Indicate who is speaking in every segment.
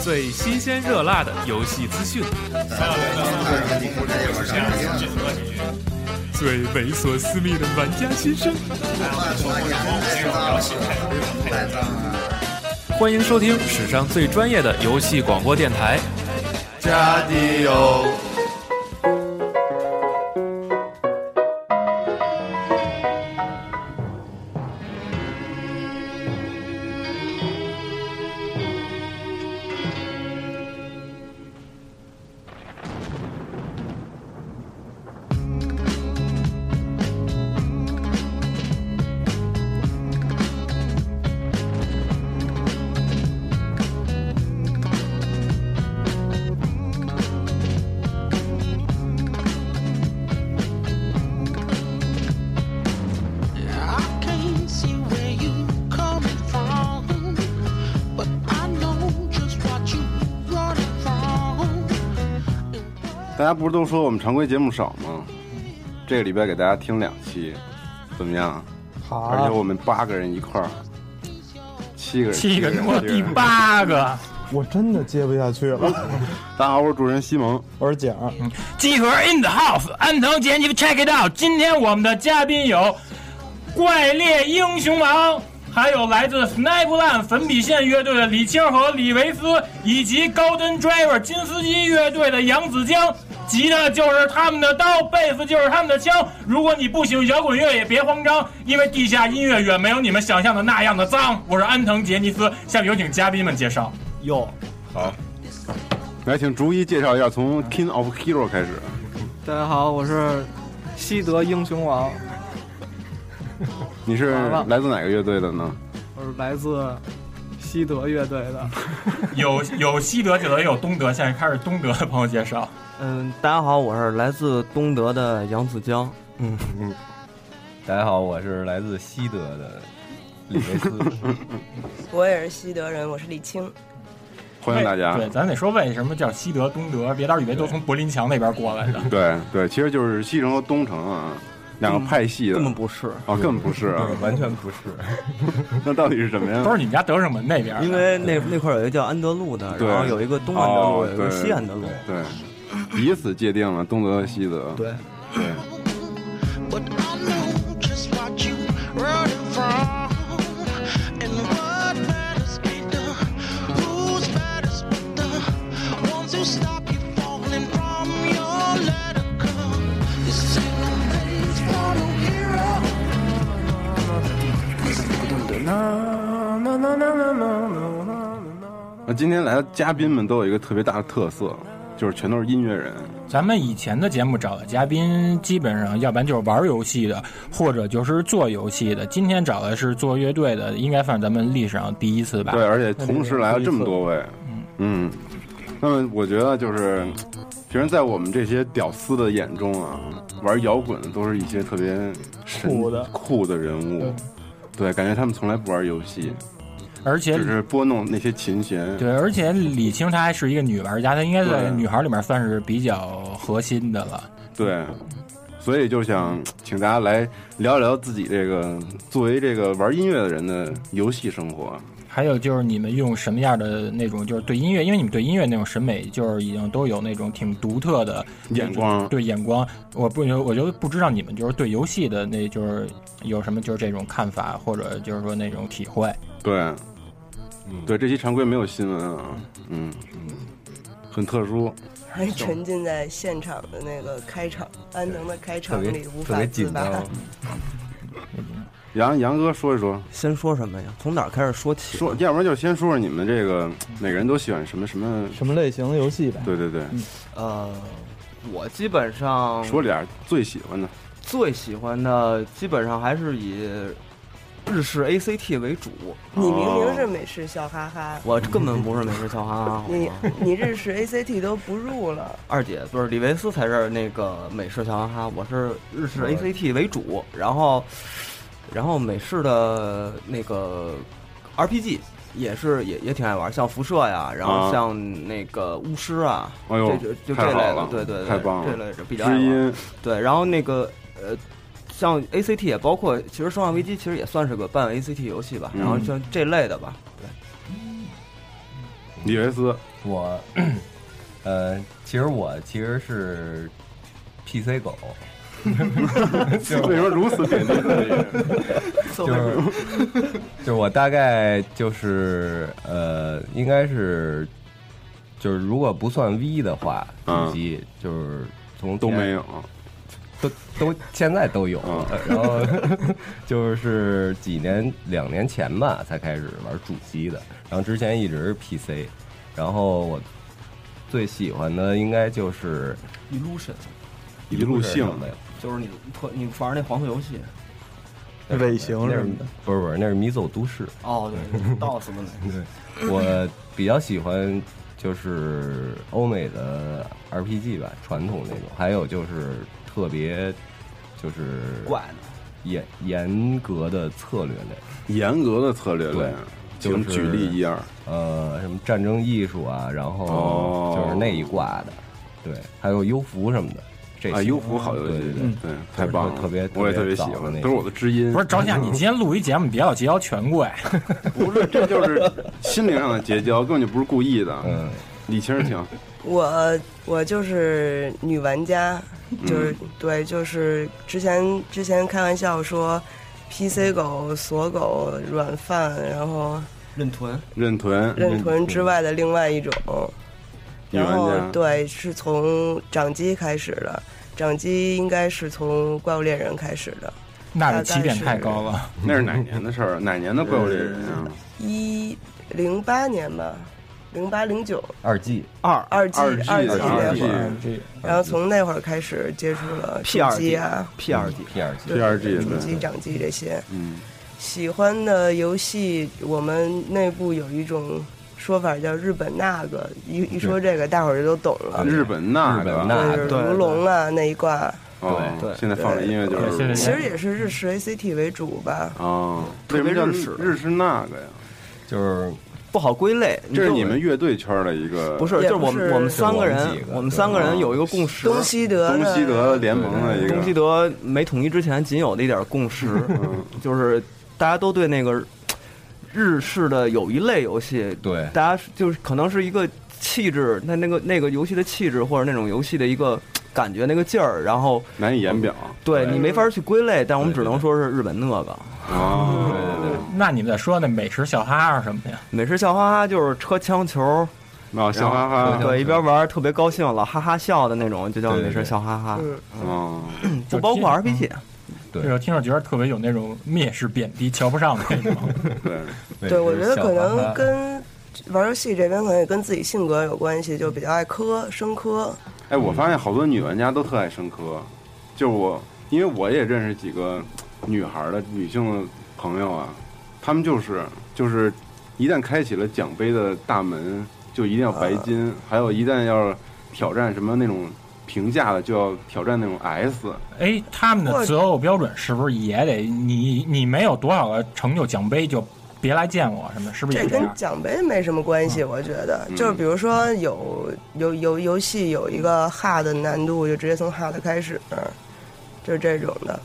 Speaker 1: 最新鲜热辣的游戏资讯，最猥琐私密的玩家心声。欢迎收听史上最专业的游戏广播电台。
Speaker 2: 加迪欧，
Speaker 3: I can't see where you coming from, but I know just what you running from.
Speaker 4: 大家不是都说我们常规节目少吗？这个礼拜给大家听两期，怎么样？
Speaker 5: 好
Speaker 1: 啊
Speaker 4: 而且我们八个人一块儿，七个人，
Speaker 1: 七个
Speaker 4: 人，
Speaker 1: 我
Speaker 4: 七
Speaker 1: 第
Speaker 4: 人。
Speaker 1: 八个，
Speaker 5: 我真的接不下去了。
Speaker 4: 大家好，我是主持人西蒙。
Speaker 5: 我是景儿，
Speaker 1: 集合 in the house，安藤杰，你们 check it out。今天我们的嘉宾有怪猎英雄王，还有来自 Snap 烂粉笔线乐队的李青和李维斯，以及 Golden Driver 金丝鸡乐队的杨子江。吉他就是他们的刀，贝斯就是他们的枪。如果你不喜欢摇滚乐，也别慌张，因为地下音乐远没有你们想象的那样的脏。我是安藤杰尼斯，下面有请嘉宾们介绍。
Speaker 4: 来，请逐一介绍一下，从 King of Hero 开始。
Speaker 6: 大家好，我是西德英雄王，
Speaker 4: 你是
Speaker 6: 好了
Speaker 4: 来自哪个乐队的呢？
Speaker 6: 我是来自西德乐队的。
Speaker 1: 有有西德，就得有东德。现在开始东 德的朋友介绍。
Speaker 7: 嗯，大家好，我是来自东德的杨子江。嗯，
Speaker 8: 大家好，我是来自西德的李维斯。
Speaker 9: 我也是西德人，我是李青。
Speaker 4: 欢迎大家
Speaker 1: 对，。咱得说为什么叫西德、东德，别到时候以为都从柏林墙那边过来的。
Speaker 4: 对对，其实就是西城和东城啊，两个派系的
Speaker 7: 根。本不是，嗯
Speaker 4: 哦，根本不是啊！
Speaker 8: 完全不是，
Speaker 4: 那到底是什么呀
Speaker 1: 都？是你们家德胜门那边的。
Speaker 7: 因为那那块儿有一个叫安德路的，
Speaker 4: 对
Speaker 7: 啊然后有一个东安德路，
Speaker 4: 哦
Speaker 7: 有一个
Speaker 4: 对
Speaker 7: 西安德路。
Speaker 4: 对，以此界定了东德和西德。
Speaker 7: 对，
Speaker 4: 对。
Speaker 3: But I know just what you running from. And what matters ain't the rules matters, but the ones who stop you falling from your letter come. This ain't no place for no hero.
Speaker 4: 那今天来的嘉宾们都有一个特别大的特色，就是全都是音乐人。
Speaker 1: 咱们以前的节目找的嘉宾，基本上要不然就是玩游戏的，或者就是做游戏的。今天找的是做乐队的，应该算咱们历史上第一次吧。
Speaker 4: 对，，而且同时来了这么多位，嗯，那么我觉得就是，其实，在我们这些屌丝的眼中啊，玩摇滚的都是一些特别神
Speaker 5: 酷的
Speaker 4: 酷的人物，对，感觉他们从来不玩游戏，
Speaker 1: 而且
Speaker 4: 只是拨弄那些琴弦。
Speaker 1: 对，而且李青她还是一个女玩家，她应该在
Speaker 4: 对
Speaker 1: 女孩里面算是比较核心的了。
Speaker 4: 对，所以就想请大家来聊聊自己这个作为这个玩音乐的人的游戏生活。
Speaker 1: 还有就是你们用什么样的那种，就是对音乐，因为你们对音乐那种审美，就是已经都有那种挺独特的
Speaker 4: 眼光
Speaker 1: 对眼光。我不，我就不知道你们就是对游戏的那，就是有什么就是这种看法，或者就是说那种体会。
Speaker 4: 对，
Speaker 5: 嗯
Speaker 4: 对，这期常规没有新闻啊，嗯，很特殊。
Speaker 7: 哎
Speaker 9: 还沉浸在现场的那个开场，安藤的开
Speaker 8: 特
Speaker 9: 场
Speaker 8: 别
Speaker 9: 里无
Speaker 8: 特
Speaker 9: 法
Speaker 8: 别
Speaker 9: 自
Speaker 8: 紧
Speaker 9: 拔
Speaker 8: 张。。哦
Speaker 4: 杨杨哥说一说，
Speaker 7: 先说什么呀？从哪儿开始说起？
Speaker 4: 说，要不然就先说说你们这个每个人都喜欢什么什么？
Speaker 5: 什么类型的游戏呗？嗯
Speaker 4: 对对对，
Speaker 7: 呃，我基本上
Speaker 4: 说俩最喜欢的。
Speaker 7: 最喜欢的，基本上还是以日式 ACT 为主。
Speaker 9: 你明
Speaker 4: 哦
Speaker 9: 明是美式笑哈哈，
Speaker 7: 我根本不是美式笑哈哈，好
Speaker 9: 你
Speaker 7: 吗？
Speaker 9: 你日 式 ACT 都不入了，
Speaker 7: 二姐不是李维斯才是那个美式小哈哈，我是日式 ACT 为主，然后然后美式的那个 RPG 也是也也挺爱玩，像辐射呀，然
Speaker 4: 啊
Speaker 7: 后像那个巫师啊，
Speaker 4: 哎呦
Speaker 7: 这就就
Speaker 4: 太
Speaker 7: 这
Speaker 4: 好
Speaker 7: 类
Speaker 4: 了
Speaker 7: 的，对对对，
Speaker 4: 太棒了
Speaker 7: 这类是比较爱
Speaker 4: 知
Speaker 7: 玩
Speaker 4: 音
Speaker 7: 对，然后那个呃。像 ACT 也包括，其实《生化危机》其实也算是个半 ACT 游戏吧，
Speaker 4: 嗯
Speaker 7: 然后像这类的吧，
Speaker 4: 李维斯，
Speaker 8: 我，呃，其实我其实是 PC 狗，
Speaker 4: 为什么如此贬低自 己？
Speaker 8: 就是就是我大概就是呃，应该是就是如果不算 V 的话，
Speaker 4: 嗯
Speaker 8: 主机就是从
Speaker 4: 都
Speaker 8: 前
Speaker 4: 没有，
Speaker 8: 都都现在都有呃
Speaker 4: 啊，
Speaker 8: 然后就是几年两年前吧才开始玩主机的，然后之前一直是 PC，然后我最喜欢的应该就是
Speaker 7: 对，Illusion
Speaker 4: 一路性
Speaker 8: 的，
Speaker 7: 就是你特你玩那黄色游戏，
Speaker 5: 尾行
Speaker 8: 那
Speaker 5: 什
Speaker 8: 是
Speaker 5: 么的，
Speaker 8: 不是不是那是迷走都市，
Speaker 7: 哦 对，DOS 的那个，
Speaker 8: 我比较喜欢就是欧美的 RPG 吧，传统那种，还有就是特别就是
Speaker 7: 怪的。
Speaker 8: 严严格的策略类。
Speaker 4: 严格的策略类
Speaker 8: 对，
Speaker 4: 请
Speaker 8: 就是
Speaker 4: 举例一二。
Speaker 8: 呃，什么战争艺术啊，然后
Speaker 4: 哦
Speaker 8: 就是那一挂的，对，还有优服什么的，这些
Speaker 4: 啊，优服好游戏，
Speaker 8: 对对对
Speaker 4: 对，太棒了，
Speaker 8: 特别
Speaker 4: 我也特别喜
Speaker 8: 特别早的
Speaker 4: 欢，
Speaker 8: 那
Speaker 4: 都是我的知音。
Speaker 1: 不是，赵夏，你今天录一节目，别老结交权贵。
Speaker 4: 不是，这就是心灵上的结交，根本就不是故意的。
Speaker 8: 嗯，
Speaker 4: 李青儿请，
Speaker 9: 我我就是女玩家，就是、
Speaker 8: 嗯
Speaker 9: 对，就是之前之前开玩笑说，PC 狗、锁狗、软饭，然后
Speaker 7: 任屯，
Speaker 4: 任屯，
Speaker 9: 任屯之外的另外一种，
Speaker 4: 女
Speaker 9: 然后
Speaker 4: 玩家，
Speaker 9: 对，是从掌机开始的，掌机应该是从怪物猎人开始的，
Speaker 1: 那个起点太高了，
Speaker 4: 那是哪年的事儿？哪年的怪物猎人啊？
Speaker 9: 一零八年吧，零八零九
Speaker 8: 二 G
Speaker 7: 二
Speaker 9: 二 G
Speaker 4: 二 G
Speaker 9: 二 G
Speaker 4: 对
Speaker 9: 那
Speaker 4: 二 G
Speaker 9: 会儿，
Speaker 1: 这
Speaker 9: 然后从那会儿开始接触了
Speaker 7: P
Speaker 9: 主
Speaker 7: 二 D
Speaker 9: 机啊，
Speaker 7: P 二 D，
Speaker 8: P 二 G，
Speaker 9: 对
Speaker 4: PRG
Speaker 9: 主
Speaker 4: 对
Speaker 9: 机、掌机这些。
Speaker 4: 嗯，
Speaker 9: 喜欢的游戏，我们内部有一种说法叫“日本那个”，一一说这个，大伙儿就都懂了。
Speaker 4: 啊日本那个，
Speaker 8: 日本那个
Speaker 9: 就是如龙啊那一挂，
Speaker 4: 哦
Speaker 7: 对对
Speaker 4: 现在放的音乐就
Speaker 1: 对现在
Speaker 9: 其
Speaker 4: 是
Speaker 9: 实也是日式 ACT 为主吧。
Speaker 4: 哦，为什么叫
Speaker 7: 特别日式
Speaker 4: 日式那个呀？
Speaker 8: 就是
Speaker 7: 不好归类。
Speaker 4: 这
Speaker 7: 就是我
Speaker 4: 你们乐队圈的一个，
Speaker 7: 不是，就
Speaker 9: 也
Speaker 7: 是
Speaker 9: 不
Speaker 7: 我们
Speaker 9: 是
Speaker 7: 我们三个
Speaker 8: 我们
Speaker 7: 人
Speaker 8: 几，个
Speaker 7: 我们三个人有一个共识。
Speaker 9: 东西德
Speaker 4: 东
Speaker 9: 呢
Speaker 4: 西德联盟的一个，
Speaker 7: 东西德没统一之前仅有的一点共识， 就是大家都对那个日式的有一类游戏，
Speaker 8: 对
Speaker 7: 大家是就是可能是一个气质，那那个那个游戏的气质或者那种游戏的一个感觉那个劲儿，然后
Speaker 4: 难以言表
Speaker 7: 对你没法去归类，但我们
Speaker 8: 对
Speaker 7: 只能
Speaker 8: 对
Speaker 7: 说是日本那个
Speaker 4: 哦，
Speaker 1: 那你们再说那美食小哈哈什么的呀？
Speaker 7: 美食笑哈哈，就是车枪球，
Speaker 4: 啊，笑哈
Speaker 8: 然后
Speaker 4: 哈，
Speaker 7: 对，一边玩儿特别高兴，老哈哈笑的那种，就叫
Speaker 8: 对对
Speaker 7: 美食
Speaker 8: 对
Speaker 7: 笑哈哈，
Speaker 9: 嗯，
Speaker 4: 哦，
Speaker 7: 不包括
Speaker 1: 就
Speaker 7: RPG。
Speaker 8: 对
Speaker 1: 这个听着觉得特别有那种蔑视、贬低、瞧不上的那种。
Speaker 4: 对，
Speaker 9: 对，我觉得可
Speaker 8: 小哈
Speaker 9: 能
Speaker 8: 哈
Speaker 9: 跟玩游戏这边可能也跟自己性格有关系，就比较爱磕生磕。
Speaker 4: 哎，我发现好多女玩家都特爱生科，就是我，因为我也认识几个女孩的女性的朋友啊，她们就是就是，一旦开启了奖杯的大门，就一定要白
Speaker 8: 啊
Speaker 4: 金，还有一旦要挑战什么那种评价的，就要挑战那种 S，
Speaker 1: 哎，他们的择偶标准是不是也得你你没有多少个成就奖杯就别来见我什么的？是不是
Speaker 9: 这
Speaker 1: 也这
Speaker 9: 跟
Speaker 1: 样？嗯
Speaker 9: 奖杯没什么关系，我觉得。就是比如说有有有游戏有一个 hard 的难度，就直接从 hard 开始，嗯就是这种的。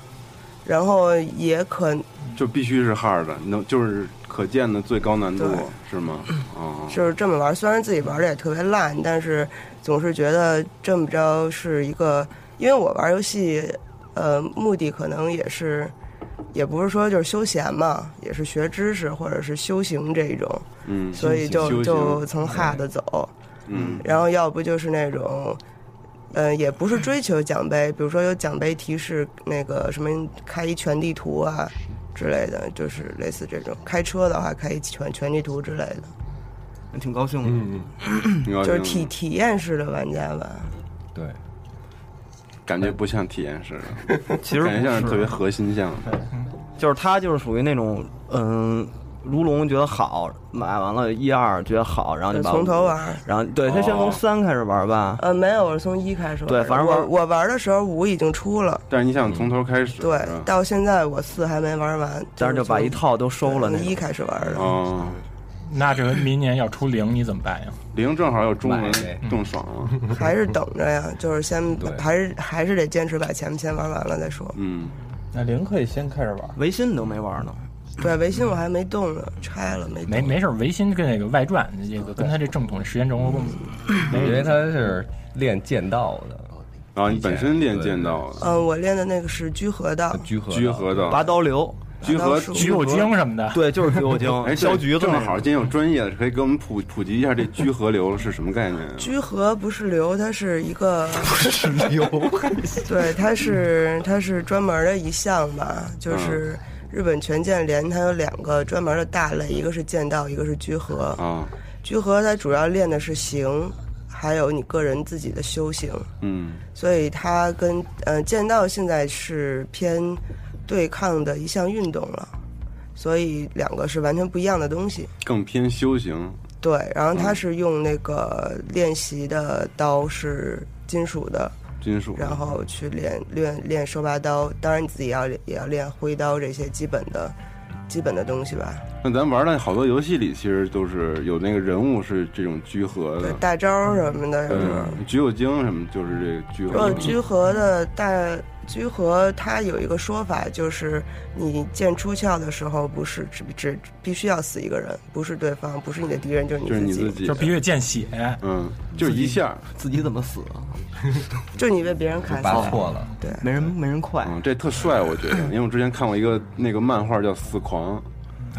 Speaker 9: 然后也可
Speaker 4: 就必须是 hard 的，能就是可见的最高难度
Speaker 9: 对嗯
Speaker 4: 是吗？哦，
Speaker 9: 就是这么玩，虽然自己玩的也特别烂，但是总是觉得这么着是一个，因为我玩游戏，呃，目的可能也是，也不是说就是休闲嘛，也是学知识或者是修行这一种，
Speaker 4: 嗯，
Speaker 9: 所以就
Speaker 4: 修行
Speaker 9: 就从 hard 走，
Speaker 4: 嗯
Speaker 9: 然后要不就是那种。呃，也不是追求奖杯，比如说有奖杯提示那个什么开一全地图啊之类的，就是类似这种。开车的话，开一全全地图之类的。
Speaker 7: 挺高兴的。
Speaker 4: 挺高
Speaker 9: 就
Speaker 4: 兴
Speaker 9: 是
Speaker 4: 的
Speaker 9: 体体验式的玩家吧。
Speaker 8: 对
Speaker 4: 感觉不像体验式的，
Speaker 7: 其实不
Speaker 4: 感觉像是
Speaker 7: 是
Speaker 4: 特别核心向的。
Speaker 7: 就是他就是属于那种，嗯，如龙觉得好，买完了一二觉得好，然后就把
Speaker 9: 从头，玩，
Speaker 7: 然后对他先
Speaker 4: 哦
Speaker 7: 从三开始玩吧，
Speaker 9: 呃，没有，我是从一开始玩的。
Speaker 7: 对反正
Speaker 9: 我
Speaker 7: 玩
Speaker 9: 嗯我玩的时候五已经出了，
Speaker 4: 但是你想从头开始，
Speaker 9: 对
Speaker 4: 是吧，
Speaker 9: 到现在我四还没玩完，
Speaker 7: 但是就把一套都收
Speaker 9: 从
Speaker 7: 了那
Speaker 9: 从一
Speaker 7: 种。
Speaker 9: 开始玩的。
Speaker 4: 哦，
Speaker 1: 那这个明年要出零，你怎么办呀？
Speaker 4: 零正好有中文
Speaker 8: 买呗，
Speaker 9: 嗯
Speaker 4: 更爽啊 了。
Speaker 9: 还是等着呀，就是先
Speaker 8: 对
Speaker 9: 还是还是得坚持把前面先玩完了再说。
Speaker 4: 嗯，
Speaker 6: 那零可以先开始玩。
Speaker 7: 维新你都没玩呢，
Speaker 9: 对，维新我还没动呢，拆了没动
Speaker 1: 没没事儿，维新跟那个外传，这个跟他这正统时间轴公司
Speaker 9: 嗯
Speaker 8: 因为他是练剑道的，
Speaker 4: 啊，你本身练剑道的，
Speaker 9: 嗯，我练的那个是居合道，
Speaker 8: 居合
Speaker 4: 居合
Speaker 7: 拔
Speaker 4: 的，
Speaker 7: 刀流，
Speaker 4: 居合
Speaker 9: 拔刀术
Speaker 1: 橘右京什么的。
Speaker 7: 对，就是橘右京
Speaker 4: 哎，，
Speaker 7: 削
Speaker 4: 对
Speaker 7: 橘子
Speaker 4: 正
Speaker 7: 那
Speaker 4: 好
Speaker 7: 个
Speaker 4: 今天有专业的，可以给我们普普及一下这居合流是什么概念 啊？
Speaker 9: 居合不是流，它是一个是流， 对，它是它是专门的一项吧，就是日本拳剑联它有两个专门的大类，一个是剑道，一个是居合。
Speaker 4: 啊，
Speaker 9: 居合它主要练的是形，还有你个人自己的修行，
Speaker 4: 嗯
Speaker 9: 所以它跟呃剑道现在是偏对抗的一项运动了，所以两个是完全不一样的东西。
Speaker 4: 更偏修行，
Speaker 9: 对，然后它是用那个练习的刀是金属的，
Speaker 4: 金属，
Speaker 9: 然后去练练练手把刀，当然你自己要也要练挥刀这些基本的基本的东西吧。
Speaker 4: 那咱玩的好多游戏里，其实都是有那个人物是这种居合
Speaker 9: 对
Speaker 4: 的，，
Speaker 9: 大招儿什么的，就是
Speaker 4: 嗯，橘右京什么就是这个居
Speaker 9: 如果
Speaker 4: 合，
Speaker 9: 居合的大居合，它有一个说法，就是你剑出鞘的时候，不是只只必须要死一个人，不是对方，不是你的敌人，就是你
Speaker 4: 就是你
Speaker 9: 自己，
Speaker 4: 自己，
Speaker 1: 就必须得见血，
Speaker 4: 嗯，就是一下，
Speaker 7: 自己怎么死啊？
Speaker 9: 就是你被别人砍死
Speaker 8: 拔
Speaker 9: 了。
Speaker 8: 错了，
Speaker 9: 对，
Speaker 7: 没人没人快，
Speaker 4: 嗯，这特帅，我觉得，因为我之前看过一个那个漫画叫《死狂》，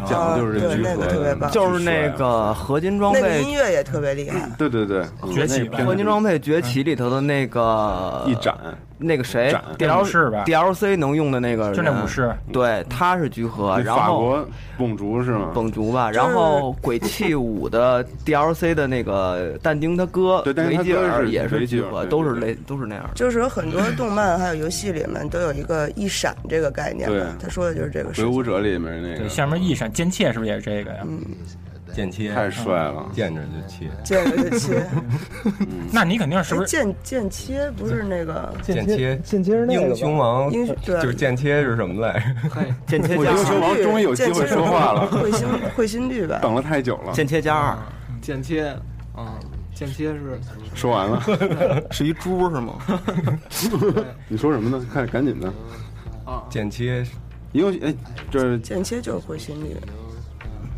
Speaker 4: 讲的就是这
Speaker 9: 哦对
Speaker 4: 居
Speaker 9: 那
Speaker 4: 合
Speaker 9: 个特别棒
Speaker 4: 的，
Speaker 7: 就是那
Speaker 4: 啊
Speaker 7: 个合金装
Speaker 9: 那个音
Speaker 7: 备，
Speaker 9: 乐也特别厉害。
Speaker 4: 对对对，嗯
Speaker 1: 崛起吧
Speaker 4: 那片子
Speaker 7: 合金装备崛起里头的那个
Speaker 4: 嗯一展，
Speaker 7: 那个谁
Speaker 4: 展
Speaker 1: 电武士吧
Speaker 7: D L C 能用的那个人，
Speaker 1: 就那武士，
Speaker 7: 对，他是橘核，
Speaker 4: 那
Speaker 7: 然
Speaker 4: 法
Speaker 7: 后
Speaker 4: 国蹦竹是吗？
Speaker 7: 蹦竹吧，
Speaker 9: 就是
Speaker 7: 然后鬼泣五的 D L C 的那个但丁他哥
Speaker 4: 对但丁
Speaker 7: 维
Speaker 4: 他
Speaker 7: 吉
Speaker 4: 哥
Speaker 7: 尔
Speaker 4: 是
Speaker 7: 也
Speaker 4: 维吉
Speaker 7: 橘
Speaker 4: 尔
Speaker 7: 核，
Speaker 4: 对
Speaker 7: 都是
Speaker 4: 对
Speaker 7: 类都是那样的。
Speaker 9: 就是有很多动漫还有游戏里面都有一个一闪这个概念嘛，
Speaker 4: 对
Speaker 9: 他说的就是这个事
Speaker 4: 鬼
Speaker 9: 情。
Speaker 4: 武者里面那
Speaker 1: 对，
Speaker 4: 个
Speaker 1: 下面一闪奸妾是不是也是这个呀？
Speaker 9: 嗯
Speaker 8: 剑切，
Speaker 4: 太帅了，
Speaker 8: 见着就切，
Speaker 9: 见着就切，
Speaker 4: 嗯
Speaker 1: 那你肯定是不
Speaker 9: 哎
Speaker 1: 是？
Speaker 9: 见见切不是那个
Speaker 8: 剑切，
Speaker 6: 剑切是那个
Speaker 8: 英
Speaker 6: 吧
Speaker 8: 雄王
Speaker 9: 英雄对
Speaker 8: 就是剑切是什么来着？
Speaker 7: 剑切
Speaker 4: 我
Speaker 7: 加
Speaker 4: 英雄
Speaker 7: 二，
Speaker 4: 王终于有机会说 话了，
Speaker 9: 会心会心率吧？
Speaker 4: 等了太久了，
Speaker 7: 剑切加二
Speaker 6: 剑切，嗯，剑切是
Speaker 4: 说 完 了，
Speaker 7: 是一猪是吗？
Speaker 4: 你说什么呢？看，赶紧的，
Speaker 8: 剑切是
Speaker 4: 因为哎，这
Speaker 9: 间啊切就是会心率，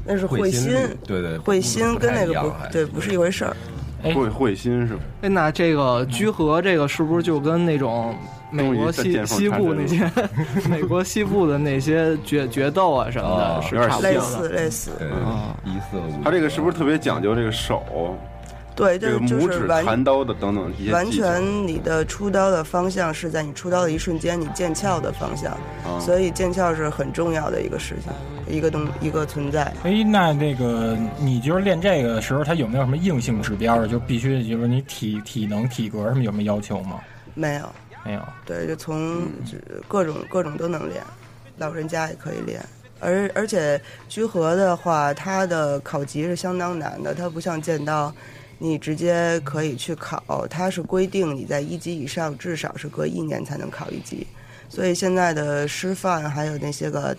Speaker 9: 那是
Speaker 8: 会
Speaker 9: 心
Speaker 8: 心，对对
Speaker 9: 会心
Speaker 8: 不
Speaker 9: 跟那
Speaker 8: 太
Speaker 9: 个
Speaker 8: 一样
Speaker 9: 不
Speaker 8: 还
Speaker 9: 对不是一回事儿。
Speaker 4: 会会心是吧？
Speaker 6: 哎，那这个居合这个是不是就跟那种美
Speaker 4: 终于
Speaker 6: 国
Speaker 4: 在
Speaker 6: 西
Speaker 4: 见缝
Speaker 6: 西
Speaker 4: 插
Speaker 6: 部
Speaker 4: 针
Speaker 6: 那
Speaker 4: 了
Speaker 6: 些 美国西部的那些决决斗啊什么的，
Speaker 8: 哦
Speaker 6: 是
Speaker 4: 有点
Speaker 6: 差不
Speaker 4: 像
Speaker 9: 类
Speaker 6: 多
Speaker 9: 似
Speaker 6: 的？嗯
Speaker 9: 类似，
Speaker 8: 对一四五，
Speaker 4: 他这个是不是特别讲究这个手、
Speaker 9: 对，
Speaker 4: 这
Speaker 9: 这
Speaker 4: 个
Speaker 9: 就
Speaker 4: 拇
Speaker 9: 是
Speaker 4: 指
Speaker 9: 完
Speaker 4: 弹刀的等等一些技巧
Speaker 9: 完全你的出刀的方向是在你出刀的一瞬间，你剑鞘的方向，
Speaker 4: 哦
Speaker 9: 所以剑鞘是很重要的一个事情，一个东一个存在。
Speaker 1: 哎，那那个你就是练这个的时候，他有没有什么硬性指标？啊就必须就是你体体能、体格什么有没有要求吗？
Speaker 9: 没有，
Speaker 1: 没有。
Speaker 9: 对，就从就各种各种都能练，老人家也可以练。而而且居合的话，它的考级是相当难的，它不像剑道，你直接可以去考，它是规定你在一级以上至少是隔一年才能考一级。所以现在的师范还有那些个，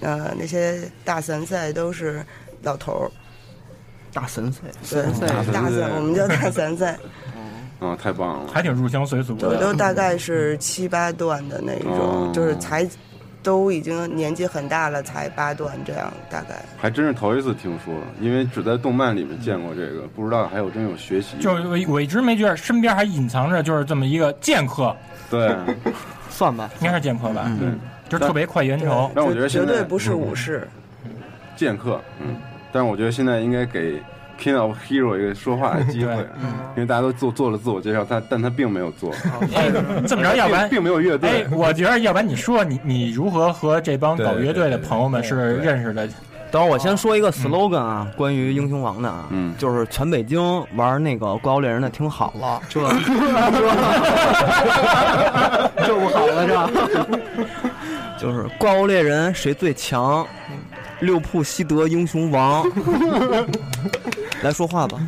Speaker 9: 呃，那些大神赛都是老头儿，
Speaker 7: 大神赛，
Speaker 9: 对，大神，我们叫大神赛，
Speaker 4: 啊，太棒了！
Speaker 1: 还挺入乡随俗
Speaker 9: 我都
Speaker 1: 的。
Speaker 9: 大概是七八段的那一种，
Speaker 4: 哦
Speaker 9: 就是才都已经年纪很大了，才八段这样大概。
Speaker 4: 还真是头一次听说，因为只在动漫里面见过这个，不知道还有真有学习。
Speaker 1: 就我我一直没觉得身边还隐藏着就是这么一个剑客，
Speaker 4: 对，
Speaker 7: 算吧，
Speaker 1: 应该是剑客吧？
Speaker 4: 对，
Speaker 1: 就是特别快言酬。
Speaker 4: 嗯但我觉得
Speaker 9: 嗯绝
Speaker 4: 现在嗯
Speaker 9: 对不是武士，
Speaker 4: 剑客，嗯，但是我觉得现在应该给 King of Hero 一个说话的机 会，
Speaker 1: 对嗯
Speaker 4: 因为大家都做做了自我介绍，他但他并没有做，
Speaker 1: 哎，这么着，要不然
Speaker 4: 嗯 并并没有乐
Speaker 1: 哎
Speaker 4: 队，，
Speaker 1: 我觉得要不然你说你你如何和这帮搞乐队的朋友们是认识的？
Speaker 7: 等会儿我先说一个 slogan 啊，关于英雄王的啊，
Speaker 4: 嗯
Speaker 7: 就是全北京玩那个《怪物猎人》的听好了，这
Speaker 6: 这不好了， 这
Speaker 7: 就是《怪物猎人》谁最强，六铺西德英雄王，来说话吧，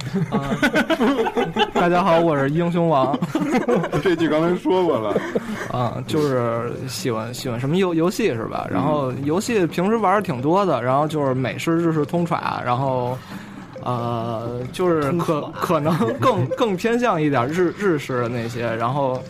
Speaker 6: 大家好，我是英雄王
Speaker 4: 这句刚才说过了，
Speaker 6: 啊，就是喜欢喜欢什么游游戏是吧？然后
Speaker 4: 嗯
Speaker 6: 游戏平时玩的挺多的，然后就是美式、日式通耍，然后。呃， 就是可可能更更偏向一点日日式的那些，然后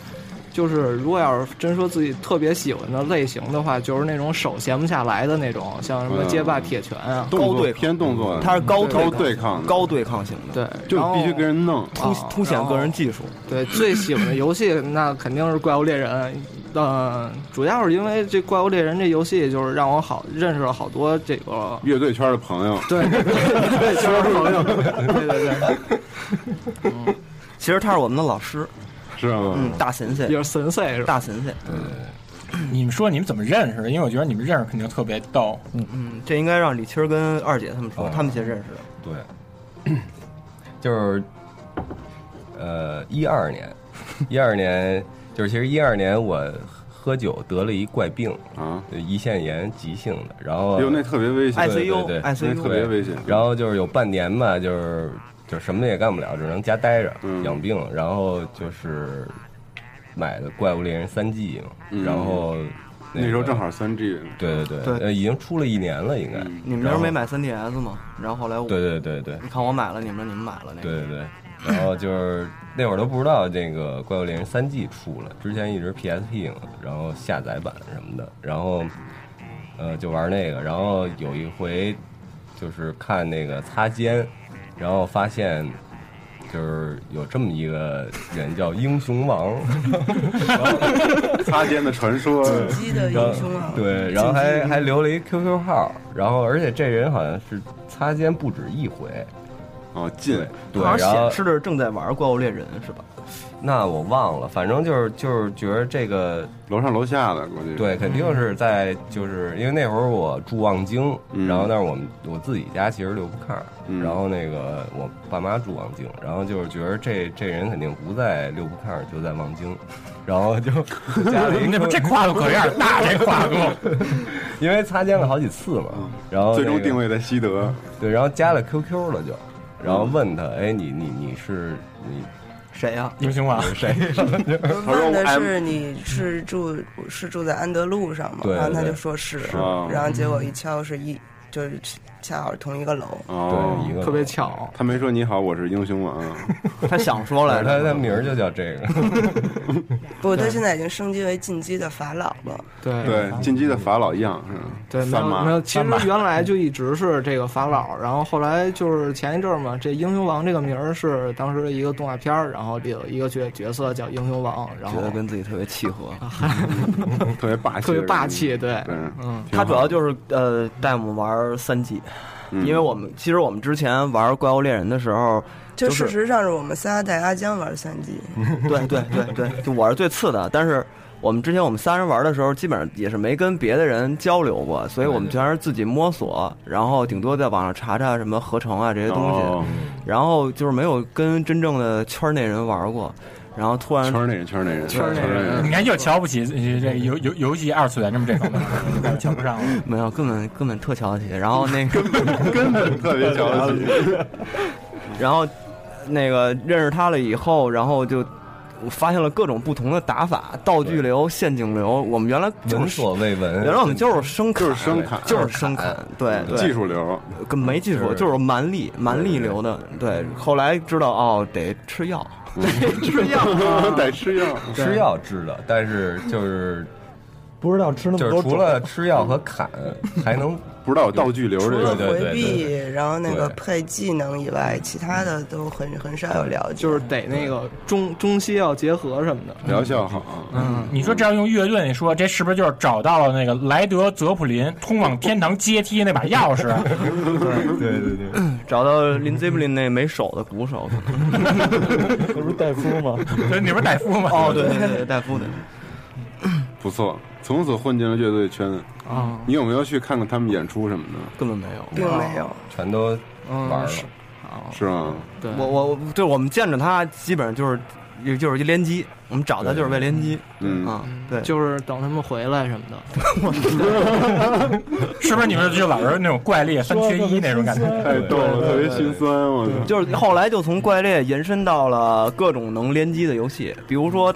Speaker 6: 就是如果要是真说自己特别喜欢的类型的话，就是那种手闲不下来的那种，像什么街霸铁拳啊，
Speaker 4: 嗯动
Speaker 7: 高
Speaker 4: 作
Speaker 7: 对
Speaker 4: 偏动作的，
Speaker 7: 它是高
Speaker 4: 嗯高
Speaker 7: 对
Speaker 4: 对抗的，
Speaker 7: 高对抗型的，
Speaker 6: 对，
Speaker 4: 就必须
Speaker 6: 跟
Speaker 4: 给人弄。
Speaker 7: 凸
Speaker 6: 啊
Speaker 7: 凸显
Speaker 6: 然后
Speaker 7: 个人技术。
Speaker 6: 对，最喜欢的游戏那肯定是《怪物猎人》。呃，主要是因为这《怪物猎人》这游戏，就是让我好认识了好多这个
Speaker 4: 乐队圈的朋友，
Speaker 6: 对 对交朋友，对对
Speaker 7: 其实他是我们的老师，
Speaker 4: 是啊吗？
Speaker 7: 嗯，大神仙
Speaker 6: 对，，也是神赛是吧？
Speaker 7: 大神仙。
Speaker 1: 嗯你们说你们怎么认识的？因为我觉得你们认识肯定特别逗。
Speaker 7: 嗯，这应该让李青儿跟二姐他们说，
Speaker 8: 嗯
Speaker 7: 他们先认识的。
Speaker 8: 对， 就是呃，一二年，一二年就是其实一二年我喝酒得了一怪病，
Speaker 4: 啊，哎
Speaker 8: 呃胰腺炎急性的，然后
Speaker 4: 哟，那特别危险，
Speaker 8: 对对
Speaker 7: ICU
Speaker 8: 对
Speaker 4: 那特
Speaker 7: ICU，
Speaker 4: 别危险。
Speaker 8: 然后就是有半年吧，就是就什么也干不了，只能家待着
Speaker 4: 嗯
Speaker 8: 养病，然后就是买的《怪物猎人三季》嘛，
Speaker 4: 嗯
Speaker 8: 然后
Speaker 4: 那时候正好三 G，
Speaker 8: 对对
Speaker 7: 对
Speaker 8: 对，呃，已经出了一年了，应该
Speaker 4: 嗯
Speaker 7: 你们那时候没买 3DS 吗？然后后来我，
Speaker 8: 对对对对
Speaker 7: 你看我买了，你们说你们买了那
Speaker 8: 对
Speaker 7: 个，
Speaker 8: 对对。然后就是那会儿都不知道这个《怪物猎人三季》出了，之前一直 PSP 嘛，然后下载版什么的，然后呃就玩那个，然后有一回就是看那个擦肩，然后发现就是有这么一个人叫英雄王，
Speaker 4: 擦肩的传说，
Speaker 9: 鸡的
Speaker 8: 然
Speaker 9: 英雄
Speaker 8: 后
Speaker 9: 啊，
Speaker 8: 对，然后还还留了一 QQ 号，然后而且这人好像是擦肩不止一回，
Speaker 4: 哦，进，
Speaker 8: 对，
Speaker 7: 好
Speaker 8: 然后
Speaker 7: 像显示的是正在玩《怪物猎人》是吧？
Speaker 8: 那我忘了，反正就是就是觉得这个
Speaker 4: 楼上楼下的，关键是
Speaker 8: 对，，肯定是在就是因为那会儿我住望京，
Speaker 4: 嗯
Speaker 8: 然后但是我们我自己家其实留不看儿，
Speaker 4: 嗯
Speaker 8: 然后那个我爸妈住望京，然后就是觉得这这人肯定不在六不看儿，就在望京， 然后就就加了 一
Speaker 1: 那不
Speaker 8: 个，
Speaker 1: 这跨度可有点大，这跨度。
Speaker 8: 因为擦肩了好几次嘛，然后
Speaker 4: 嗯最
Speaker 8: 那
Speaker 4: 终
Speaker 8: 个
Speaker 4: 定位在西德，嗯
Speaker 8: 对，然后加了 QQ 了就，然后问他，哎，你你你是你
Speaker 7: 谁呀？
Speaker 1: 英雄王，
Speaker 8: 谁？
Speaker 4: 啊说
Speaker 9: 问的
Speaker 4: I'm-
Speaker 9: 是你是住是住在安德路上吗？
Speaker 8: 对
Speaker 9: 然后他
Speaker 8: 对
Speaker 9: 就说是，
Speaker 4: 啊
Speaker 9: 然后结
Speaker 8: 嗯
Speaker 9: 果一敲是一就是恰好是同一个楼，
Speaker 4: 哦
Speaker 8: 对，一，个
Speaker 6: 特别巧，
Speaker 4: 他没说你好，我是英雄王，
Speaker 7: 他想说来
Speaker 8: 他
Speaker 7: 着，
Speaker 8: 他名儿就叫这个，
Speaker 9: 不，他现在已经升级为进击的法老了。
Speaker 6: 对
Speaker 4: 对，进击的法老一样，是
Speaker 6: 对，
Speaker 4: 吧？
Speaker 6: 没
Speaker 4: 三
Speaker 6: 有没
Speaker 4: 马
Speaker 6: 有，其实原来就一直是这个法老，然后后来就是前一阵儿嘛，这英雄王这个名儿是当时的一个动画片儿，然后里有一个角角色叫英雄王，然
Speaker 7: 觉
Speaker 6: 后
Speaker 7: 得跟自己特别契 合。
Speaker 4: 特别霸气，
Speaker 6: 特别霸气，，对，
Speaker 4: 对，
Speaker 6: 嗯，
Speaker 7: 他主要就是呃带我们玩三 G，
Speaker 4: 嗯
Speaker 7: 因为我们其实我们之前玩《怪物猎人》的时候，
Speaker 9: 就
Speaker 7: 就是
Speaker 9: 事实上是我们仨带阿江玩三 G，
Speaker 7: 对对对对，就我是最次的，但是我们之前我们三人玩的时候，基本上也是没跟别的人交流过，所以我们全是自己摸索，然后顶多在网上查查什么合成啊这些东西，
Speaker 4: 哦
Speaker 7: 然后就是没有跟真正的圈内人玩过，然后突然
Speaker 4: 圈。儿内人，圈儿内人，圈
Speaker 6: 儿内人
Speaker 1: 你看又瞧不起呃这个游游游戏二次元这么这 方面，又瞧不上了。
Speaker 7: 没有，根本根本特瞧得起。然后那个，
Speaker 4: 根本特别瞧得起，
Speaker 7: 然后那个认识他了以后，然后就我发现了各种不同的打法，道具流、陷阱流。我们原来就
Speaker 8: 闻
Speaker 7: 是，
Speaker 8: 所未闻。嗯
Speaker 7: 原来我们就是生砍，
Speaker 4: 就是生砍
Speaker 7: 就是生砍，对对，
Speaker 4: 技术流，
Speaker 7: 跟没技术，
Speaker 8: 是
Speaker 7: 就是蛮力蛮力流的。对，后来知道哦，得吃药，
Speaker 4: 嗯
Speaker 6: 是一样 的
Speaker 4: 得吃药，
Speaker 8: 吃药治的，但是就是
Speaker 5: 不知道吃那
Speaker 8: 就
Speaker 5: 么
Speaker 8: 是
Speaker 5: 多
Speaker 8: 除
Speaker 5: 种，
Speaker 8: 了吃药和砍，还能
Speaker 4: 不知道有道具流
Speaker 9: 除
Speaker 4: 这
Speaker 9: 了
Speaker 4: 个，
Speaker 8: 对对
Speaker 9: 回避，
Speaker 8: 对
Speaker 9: 然后那个
Speaker 8: 对
Speaker 9: 配技能以外，其他的都很很少有了解。
Speaker 6: 就是得那个中中西药结合什么的，
Speaker 4: 疗效好，
Speaker 7: 嗯
Speaker 1: 你说这要用乐队，你说这是不是就是找到了那个莱德泽普林通往天堂阶梯那把钥匙？啊
Speaker 8: 对对对，
Speaker 7: 找到林 z i p l i n 那没手的鼓手。
Speaker 5: 不是戴夫吗？
Speaker 1: 对你不是戴夫吗？
Speaker 7: 哦，对对对，戴夫的。
Speaker 4: 不错，从此混进了乐队圈。
Speaker 6: 啊，
Speaker 4: 你有没有去看看他们演出什么的？
Speaker 7: 根本没有，
Speaker 9: 并没有，
Speaker 8: 全都
Speaker 6: 嗯，
Speaker 8: 玩了。
Speaker 6: 是啊，
Speaker 4: 是吗？
Speaker 6: 对，
Speaker 7: 我我我对我们见着他，基本上就是就就是一联机，我们找他就是为联机
Speaker 4: 嗯，
Speaker 7: 啊，对，
Speaker 6: 就是等他们回来什么的，
Speaker 1: 是不是你们就老是那种怪猎三缺一那种感觉？
Speaker 4: 太逗了，哎特别心酸，我操！
Speaker 7: 就是后来就从怪猎延伸到了各种能联机的游戏，比如说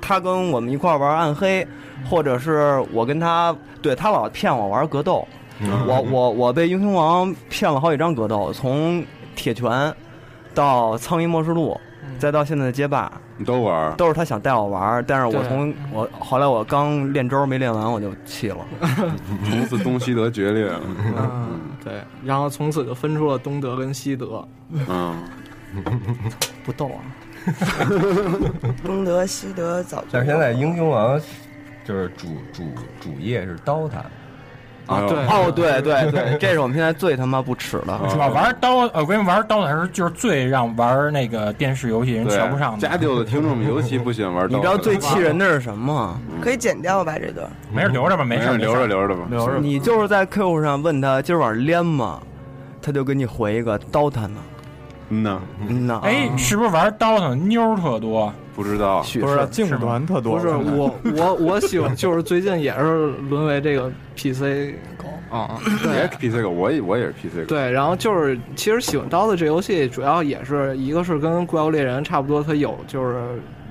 Speaker 7: 他跟我们一块儿玩暗黑，或者是我跟他，对他老骗我玩格斗，
Speaker 4: 嗯
Speaker 7: 我我我被英雄王骗了好几张格斗，从铁拳。到《苍蝇默示录》，
Speaker 6: 嗯
Speaker 7: 再到现在的街霸，
Speaker 4: 你都玩儿，
Speaker 7: 都是他想带我玩儿，但是我
Speaker 6: 对
Speaker 7: 从我后来我刚练招没练完我就弃了。
Speaker 4: 从此东西德 决裂。
Speaker 6: 嗯，对，然后从此就分出了东德跟西德，
Speaker 4: 嗯，
Speaker 6: 不逗啊，
Speaker 9: 东德西德早就
Speaker 8: 但是现在英雄王就是主主主业是 DOTA，
Speaker 4: 哎呦
Speaker 6: 对
Speaker 7: 哦，对对对，这是我们现在最他妈不耻的。
Speaker 1: 啊主要玩刀，呃，我跟你玩刀的时候，就是最让玩那个电视游戏人瞧不上
Speaker 4: 对，啊
Speaker 1: 的。
Speaker 4: 家丢的听众们尤其不喜欢 玩儿刀。
Speaker 7: 你知道最气人的是什么吗？
Speaker 9: 可以剪掉吧这段。
Speaker 1: 没事留着吧，没
Speaker 4: 没事
Speaker 1: 事
Speaker 4: 儿留着。留着吧，留着
Speaker 7: 你就是在 QQ 上问他今儿晚上连吗，他就给你回一个 DOTA 呢。
Speaker 4: 嗯呐，
Speaker 7: 嗯呐，
Speaker 1: 哎，是不是玩刀的妞儿特多？
Speaker 4: 不知道
Speaker 7: 许
Speaker 5: 不是
Speaker 7: 是
Speaker 5: 痉挛特多。
Speaker 6: 不是我我我喜欢，就是最近也是沦为这个 PC 狗啊，
Speaker 4: 也
Speaker 6: 对
Speaker 4: 是 PC 狗，我也我也是 PC 狗。
Speaker 6: 对，然后就是其实喜欢刀的这游戏，主要也是一个是跟怪物猎人差不多，它有就是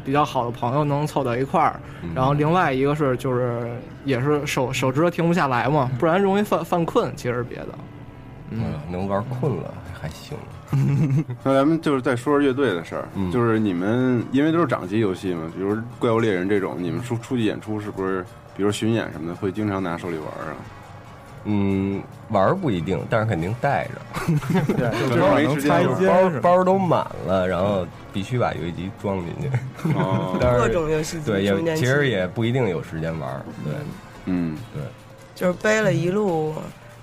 Speaker 6: 比较好的朋友能凑到一块儿，然
Speaker 8: 嗯
Speaker 6: 后另外一个是就是也是手手指头停不下来嘛，不然容易犯犯困。其实别的，
Speaker 8: 嗯，能玩困了还行。
Speaker 4: 那咱们就是再说说乐队的事儿，
Speaker 8: 嗯
Speaker 4: 就是你们因为都是掌机游戏嘛，比如《怪物猎人》这种，你们出出去演出是不是，比如巡演什么的，会经常拿手里玩儿啊？
Speaker 8: 嗯，玩儿不一定，但是肯定带着，
Speaker 4: 可能没时
Speaker 5: 拆
Speaker 4: 间玩
Speaker 5: 接
Speaker 4: 儿。
Speaker 8: 包
Speaker 5: 是
Speaker 8: 包都满了，然后必须把游戏机装进去。
Speaker 4: 哦，
Speaker 8: 但
Speaker 9: 各
Speaker 8: 是
Speaker 9: 种游戏机
Speaker 8: 对，
Speaker 9: 充
Speaker 8: 也
Speaker 9: 电器，
Speaker 8: 其实也不一定有时间玩儿。对，
Speaker 4: 嗯，
Speaker 9: 就是背了一路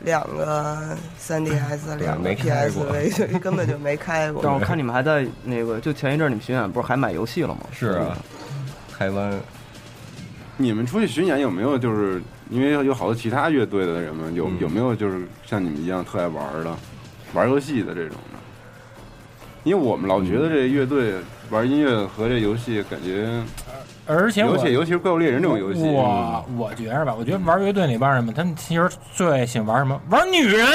Speaker 9: 两个 3DS，两个
Speaker 8: 嗯没开过
Speaker 9: PSV，根 本就没开过
Speaker 7: 但。我看你们还在那个，就前一阵你们巡演不是还买游戏了吗？
Speaker 8: 是 啊，台湾
Speaker 4: 你们出去巡演有没有就是因为有好多其他乐队的人嘛，有
Speaker 8: 嗯
Speaker 4: 有没有就是像你们一样特爱玩儿的，玩儿游戏的这种的？因为我们老觉得这乐队玩音乐和这游戏感觉，
Speaker 1: 而且
Speaker 4: 尤
Speaker 1: 我
Speaker 4: 其尤其是《怪物猎人》这种游戏，嗯
Speaker 1: 我我觉着吧，我觉得玩乐队那帮人嘛，他们其实最喜欢玩什么？玩女人，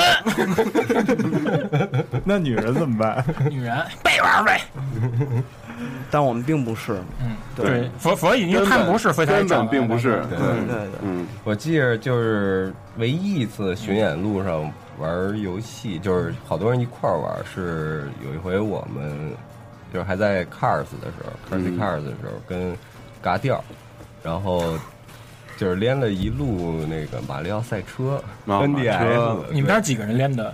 Speaker 5: 那女人怎么办？
Speaker 1: 女人被玩呗。
Speaker 7: 但我们并不是。
Speaker 1: 嗯，
Speaker 7: 对
Speaker 1: 对，所所以因为
Speaker 4: 根
Speaker 1: 他
Speaker 4: 本
Speaker 1: 们不是，所以才
Speaker 4: 根
Speaker 1: 找
Speaker 4: 本
Speaker 1: 来
Speaker 4: 并不
Speaker 1: 的
Speaker 4: 是，
Speaker 8: 对
Speaker 7: 对对对，
Speaker 4: 嗯，
Speaker 8: 我记着就是唯一一次巡演路上玩游戏，就是好多人一块儿玩儿，是有一回我们就是还在 Cars 的时候，Cars
Speaker 4: 嗯
Speaker 8: Cars 的时候跟嘎调，然后就是连了一路那个马里奥赛车
Speaker 4: 啊马
Speaker 8: NDS，
Speaker 4: 车
Speaker 1: 你们那儿几个人练的？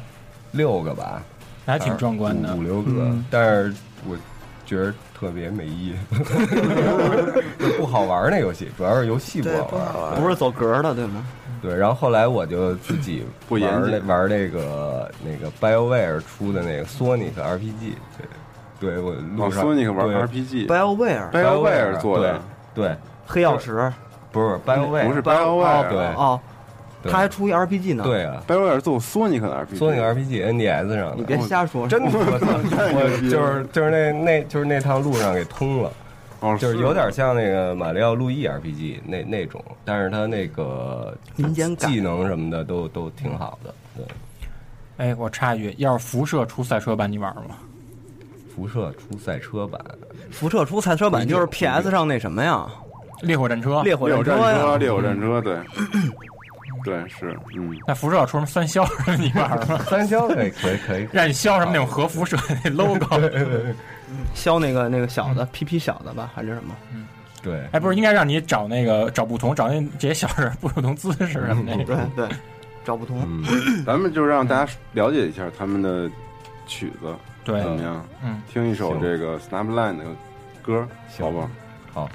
Speaker 8: 六个吧，
Speaker 1: 还挺壮观的
Speaker 8: 五五。六个，
Speaker 5: 嗯
Speaker 8: 但是我觉得特别没意思，不好玩儿那游戏，主要是游戏不
Speaker 9: 对
Speaker 8: 好
Speaker 9: 不
Speaker 8: 玩儿，
Speaker 9: 好玩
Speaker 7: 不是走格的对吗？
Speaker 8: 对，然后后来我就自己
Speaker 4: 不
Speaker 8: 玩
Speaker 4: 严
Speaker 8: 儿那
Speaker 4: 谨
Speaker 8: 玩儿那个那个 BioWare 出的那个 Sonic RPG，对，对我
Speaker 4: 老
Speaker 8: 路上
Speaker 4: 说那个哦玩
Speaker 8: 对
Speaker 4: RPG，
Speaker 7: BioWare
Speaker 4: 尔
Speaker 8: BioWare
Speaker 4: 做的，
Speaker 8: 对，对
Speaker 7: 黑曜石
Speaker 8: 不是 BioWare，
Speaker 4: 不是 BioWare，啊
Speaker 8: 对
Speaker 7: 哦，
Speaker 8: 对
Speaker 7: 他还出一 RPG 呢。，
Speaker 8: 对啊，
Speaker 4: BioWare 做索尼克的 RPG，
Speaker 8: Sonic RPG NDS 上
Speaker 7: 你
Speaker 8: 的
Speaker 7: 别。瞎说，
Speaker 8: 真的，我操！
Speaker 4: 牛逼
Speaker 8: 我
Speaker 4: 了
Speaker 8: 就是就是那那就是那趟路上给通了，
Speaker 4: 哦，
Speaker 8: 就是有点像那个马里奥路易 RPG 那那种，但是它那个
Speaker 7: 民间感
Speaker 8: 技能什么的都都挺好的。对，
Speaker 1: 哎，我插一句，要是辐射出赛车版，你玩吗？
Speaker 8: 辐射出赛车版，
Speaker 7: 辐射出赛车版就是 PS 上那什么呀，
Speaker 1: 烈火战车，
Speaker 7: 啊烈火
Speaker 4: 烈火
Speaker 7: 车
Speaker 4: 战
Speaker 7: 呀
Speaker 4: 车，。烈火战 车，对，对是，嗯，
Speaker 1: 那辐射要出什么三消什么，你玩吗？
Speaker 8: 三消可以可以可以，
Speaker 1: 让你消什么那种核辐射 那 logo？
Speaker 7: 削那个那个小的 PP 小的吧，还是什么？
Speaker 8: 对，
Speaker 1: 哎，不是应该让你找那个找不同，找那这些小人不同姿势什么
Speaker 7: 对
Speaker 1: 的。
Speaker 7: 对，找不
Speaker 4: 嗯
Speaker 7: 同。
Speaker 4: 咱们就让大家了解一下他们的曲子
Speaker 1: 对
Speaker 4: 怎，么样，
Speaker 1: 嗯，
Speaker 4: 听一首
Speaker 8: 行
Speaker 4: 这个 Snapline 的歌，
Speaker 8: 行
Speaker 4: 好不好？
Speaker 8: 好。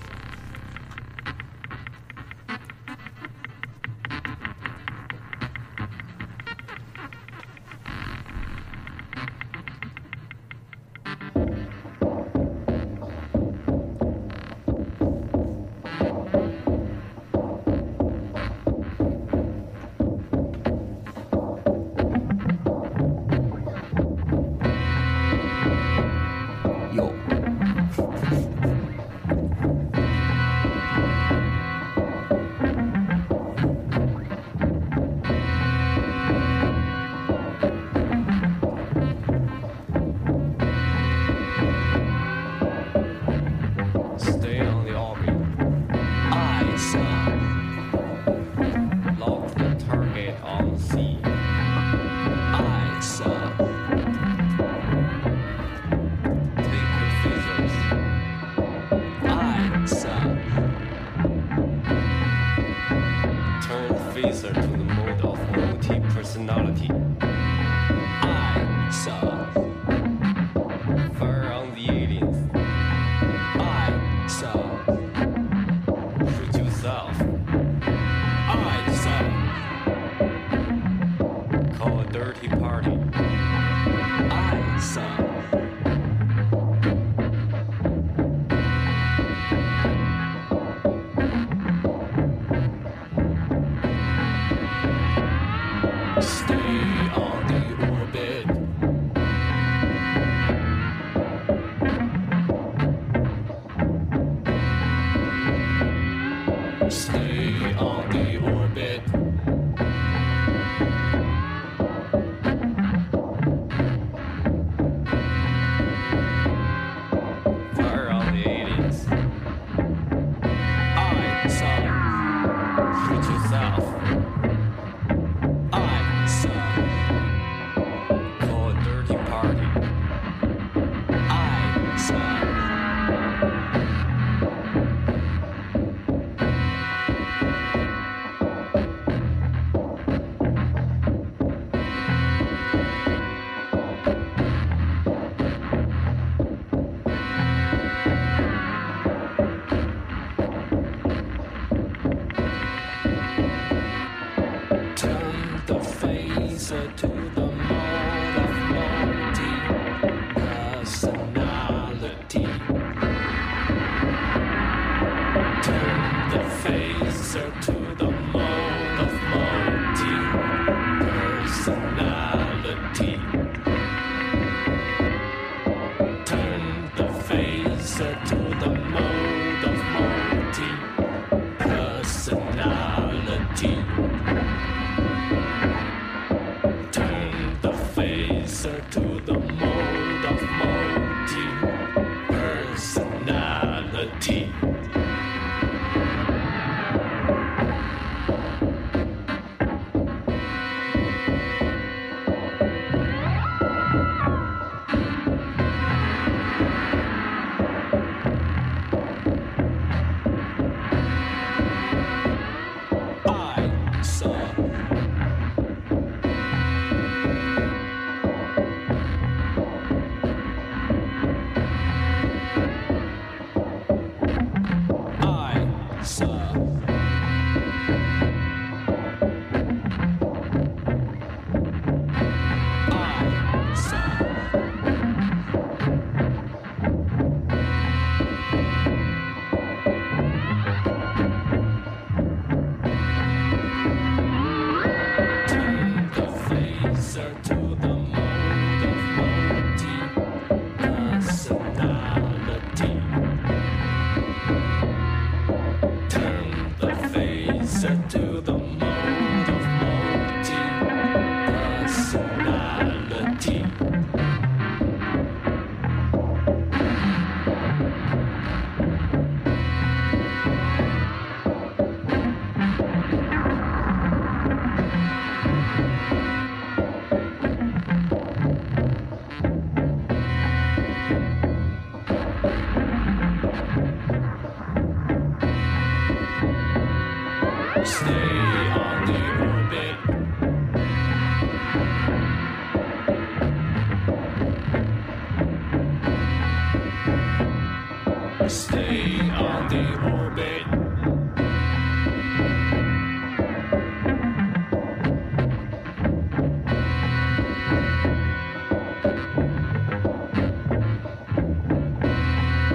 Speaker 7: 有。
Speaker 10: personality. I saw fur on the aliens. I saw shoot yourself. I saw call a dirty party. I saw. Stay on the orbit. Stay on the orbit. Fire on the aliens. I saw. Shoot yourself. I saw call a dirty party. I saw turn the phaser to the mode of multi-personality. Turn the phaser to the mode of multi-personality. Turn the phaser to the mode of multi-personality. Turn the phaser to the mode of multi personality. I saw I saw. I saw. Turn the phaser to the mode of multi-personality. Turn the phaser to the mode of multi-personality. Stay on the orbit. Stay on the orbit.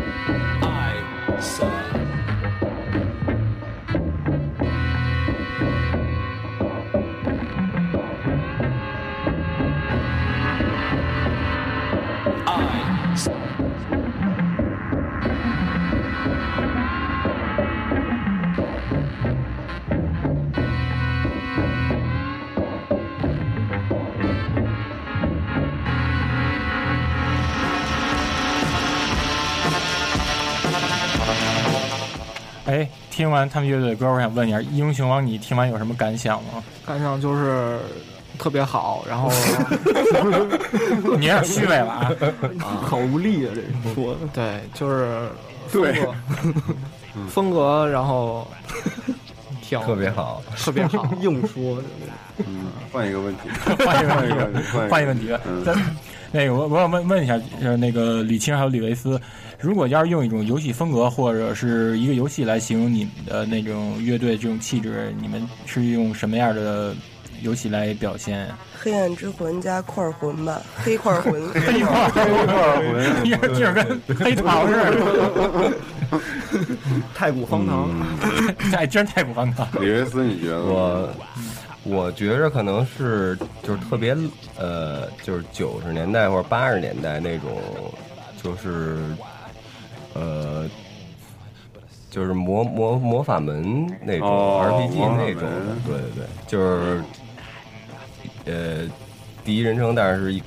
Speaker 10: I saw. I s-
Speaker 1: 哎，听完他们乐队的歌，我想问一下，《英雄王》你听完有什么感想吗？
Speaker 6: 感想就是特别好，然后
Speaker 1: 你有点虚伪了 啊！
Speaker 5: 好无力啊！这个说的，
Speaker 6: 对，就是风格，风格，然后挺
Speaker 8: 特别好
Speaker 6: 特别 好，
Speaker 5: 硬说。
Speaker 4: 嗯，换一个问题，
Speaker 1: 换一个
Speaker 4: 换
Speaker 1: 问
Speaker 4: 一个
Speaker 1: 题，换一个问题。
Speaker 4: 嗯
Speaker 1: 咱那个我我想问问一下，呃，那个李青还有李维斯，如果要是用一种游戏风格或者是一个游戏来形容你们的那种乐队这种气质，你们是用什么样的游戏来表现？
Speaker 9: 黑暗之魂加块儿魂吧，黑块儿魂，
Speaker 1: 黑块儿
Speaker 4: 黑块儿魂，
Speaker 1: 这是跟黑桃似 的，
Speaker 5: 太古方糖，
Speaker 4: 嗯
Speaker 1: 哎，真是太古方糖。
Speaker 4: 李维斯，你觉得
Speaker 8: 我我觉着可能是就是特别呃，就是九十年代或者八十年代那种，就是呃，就是魔魔魔法门那种、
Speaker 4: 哦
Speaker 8: RPG
Speaker 4: 魔法
Speaker 8: 那种的
Speaker 4: 门，
Speaker 8: 对对对，就是呃第一人称，但是是一个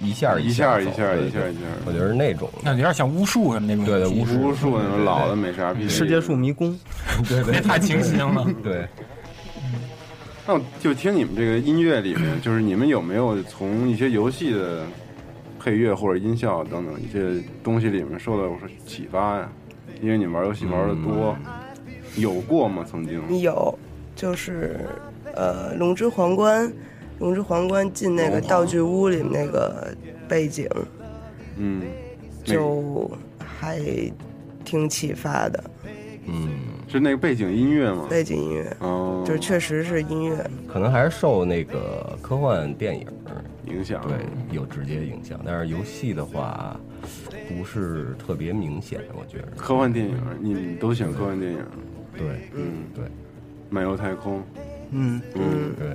Speaker 8: 一一下
Speaker 4: 一下
Speaker 8: 一
Speaker 4: 一
Speaker 8: 走
Speaker 4: 下
Speaker 8: 对
Speaker 4: 一下
Speaker 8: 对
Speaker 4: 一下
Speaker 8: 我觉得是那种的，
Speaker 1: 那有点像巫术什么那种
Speaker 8: 对
Speaker 1: 游
Speaker 8: 对
Speaker 1: 戏，
Speaker 8: 巫
Speaker 4: 巫术那种老的美式 RPG，
Speaker 5: 世界树迷宫，
Speaker 8: 对对
Speaker 1: 那太清新 了。
Speaker 8: 对。
Speaker 4: 那我就听你们这个音乐里面，就是你们有没有从一些游戏的配乐或者音效等等一些东西里面受到启发呀？因为你们玩游戏玩的多，有过吗？曾经
Speaker 9: 有，就是呃，龙之皇冠，龙之皇冠进那个道具屋里面那个背景，
Speaker 4: 嗯，那个
Speaker 9: 就还挺启发的
Speaker 8: 嗯，
Speaker 4: 是那个背景音乐吗？
Speaker 9: 背景音乐，
Speaker 4: 哦，
Speaker 9: 就是确实是音乐。
Speaker 8: 可能还是受那个科幻电影儿
Speaker 4: 影响
Speaker 8: 对，有直接影响。但是游戏的话，不是特别明显，我觉得。
Speaker 4: 科幻电影，你们都喜欢科幻电影，
Speaker 8: 对
Speaker 4: 嗯，
Speaker 8: 对
Speaker 4: 漫游太空，
Speaker 5: 嗯，
Speaker 4: 嗯，
Speaker 8: 对，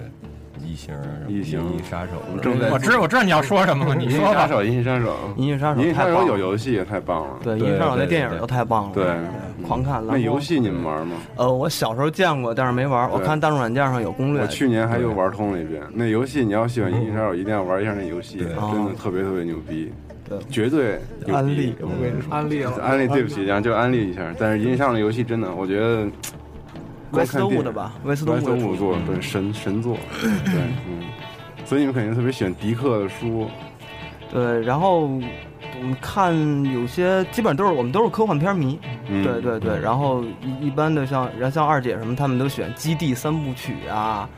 Speaker 8: 异形儿什么、
Speaker 4: 异形
Speaker 8: 银翼杀手
Speaker 4: 我们正在
Speaker 1: 我知道我知道你要说什么了，你
Speaker 4: 银翼
Speaker 1: 说
Speaker 4: 杀
Speaker 1: 吧。
Speaker 4: 手，银翼杀手，
Speaker 7: 银翼杀手
Speaker 4: 银翼杀
Speaker 7: 太棒
Speaker 4: 手
Speaker 7: 了
Speaker 4: 有游戏也太棒了，
Speaker 7: 对，
Speaker 8: 对
Speaker 7: 银翼杀手
Speaker 8: 对
Speaker 7: 那
Speaker 8: 对
Speaker 7: 电影
Speaker 8: 对
Speaker 7: 都太棒了，
Speaker 4: 对
Speaker 7: 对狂看。
Speaker 4: 那
Speaker 7: 然后
Speaker 4: 游戏你们玩吗？
Speaker 7: 呃，我小时候见过，但是没玩。我
Speaker 4: 对
Speaker 7: 看大众软件上有攻略。
Speaker 4: 我去年还又玩通了一遍那游戏。你要喜欢《银翼杀手》，一定要玩一下那游戏，
Speaker 8: 对
Speaker 4: 真的特别特别牛逼，
Speaker 7: 对
Speaker 4: 绝对牛逼
Speaker 7: 安利
Speaker 4: 嗯
Speaker 7: 我跟你
Speaker 6: 安利了。
Speaker 4: 安利对不起，然后就安利一下。但是《银翼杀手》游戏真的，我觉得
Speaker 7: 威
Speaker 4: 光
Speaker 7: 斯
Speaker 4: 看
Speaker 7: 特
Speaker 4: 电
Speaker 7: 伍
Speaker 4: 影
Speaker 7: 的吧，威斯特
Speaker 4: 莱
Speaker 7: 伍
Speaker 4: 森
Speaker 7: 的
Speaker 4: 五
Speaker 7: 出
Speaker 4: 座对神神作， 对嗯。所以你们肯定特别喜欢迪克的书，
Speaker 7: 对，然后我们看有些基本都是我们都是科幻片迷，
Speaker 4: 嗯
Speaker 7: 对对对。然后一一般的像然后像二姐什么，他们都选《基地三部曲》啊，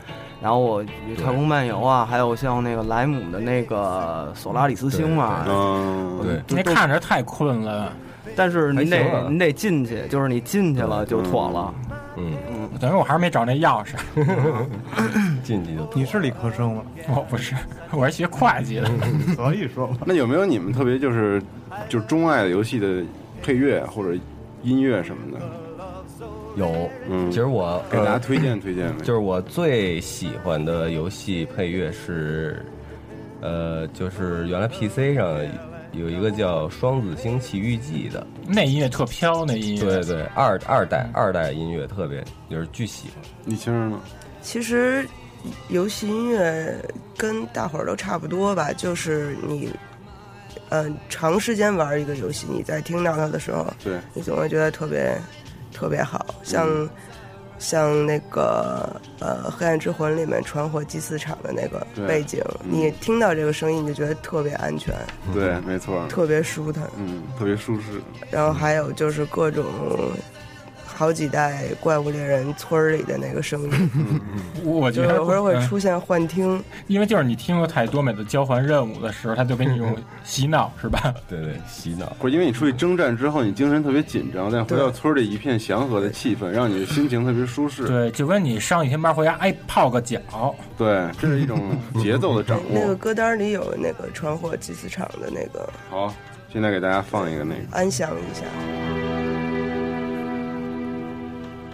Speaker 7: 然后我《太空漫游》啊，还有像那个莱姆的那个《索拉里斯星》啊。
Speaker 4: 嗯，
Speaker 8: 对，
Speaker 1: 那看着太困了，
Speaker 7: 但是你
Speaker 8: 还行啊
Speaker 7: 得你得进去，就是你进去了就妥了。
Speaker 8: 嗯，
Speaker 1: 等于我还是没找那钥匙。
Speaker 8: 进嗯去就
Speaker 11: 你是理科生吗？
Speaker 1: 我不是，我是学会计的。
Speaker 11: 所以说嘛，
Speaker 4: 那有没有你们特别就是就是钟爱的游戏的配乐或者音乐什么的？
Speaker 8: 有。
Speaker 4: 嗯，
Speaker 8: 其实我
Speaker 4: 给大家
Speaker 8: 呃
Speaker 4: 推荐推荐 呗，
Speaker 8: 就是我最喜欢的游戏配乐是，呃，就是原来 PC 上有一个叫《双子星奇遇记》的，
Speaker 1: 那音乐特飘，那音乐。
Speaker 8: 对对，二二代二代音乐特别就是巨喜欢。
Speaker 4: 你听着吗？
Speaker 9: 其实游戏音乐跟大伙儿都差不多吧，就是你，嗯、长时间玩一个游戏，你在听到它的时候，
Speaker 4: 对，
Speaker 9: 你总会觉得特别特别好，像、像那个呃《黑暗之魂》里面传火祭祀场的那个
Speaker 4: 对
Speaker 9: 背景，
Speaker 4: 嗯
Speaker 9: 你听到这个声音，你就觉得特别安全，
Speaker 4: 对，没错，
Speaker 9: 特别舒坦。
Speaker 4: 嗯，特别舒适。
Speaker 9: 然后还有就是各种好几代怪物猎人村儿里的那个声音，
Speaker 1: 我 我
Speaker 9: 就
Speaker 1: 觉
Speaker 9: 是
Speaker 1: 得
Speaker 9: 有时候会
Speaker 1: 嗯
Speaker 9: 出现幻听。
Speaker 1: 因为就是你听过太多每次交换任务的时候，他就给你 用洗脑，是吧？
Speaker 8: 对对，洗脑。
Speaker 4: 不是因为你出去征战之后，你精神特别紧张，但回到村里一片祥和的气氛，让你的心情特别舒适。
Speaker 1: 对，就跟你上一天班回家，哎，泡个脚，
Speaker 4: 对，这是 一种节奏的掌
Speaker 9: 那个
Speaker 4: 握。
Speaker 9: 歌单里有那个传火祭祀场的那个
Speaker 4: 好，现在给大家放一个那个，
Speaker 9: 安详一下，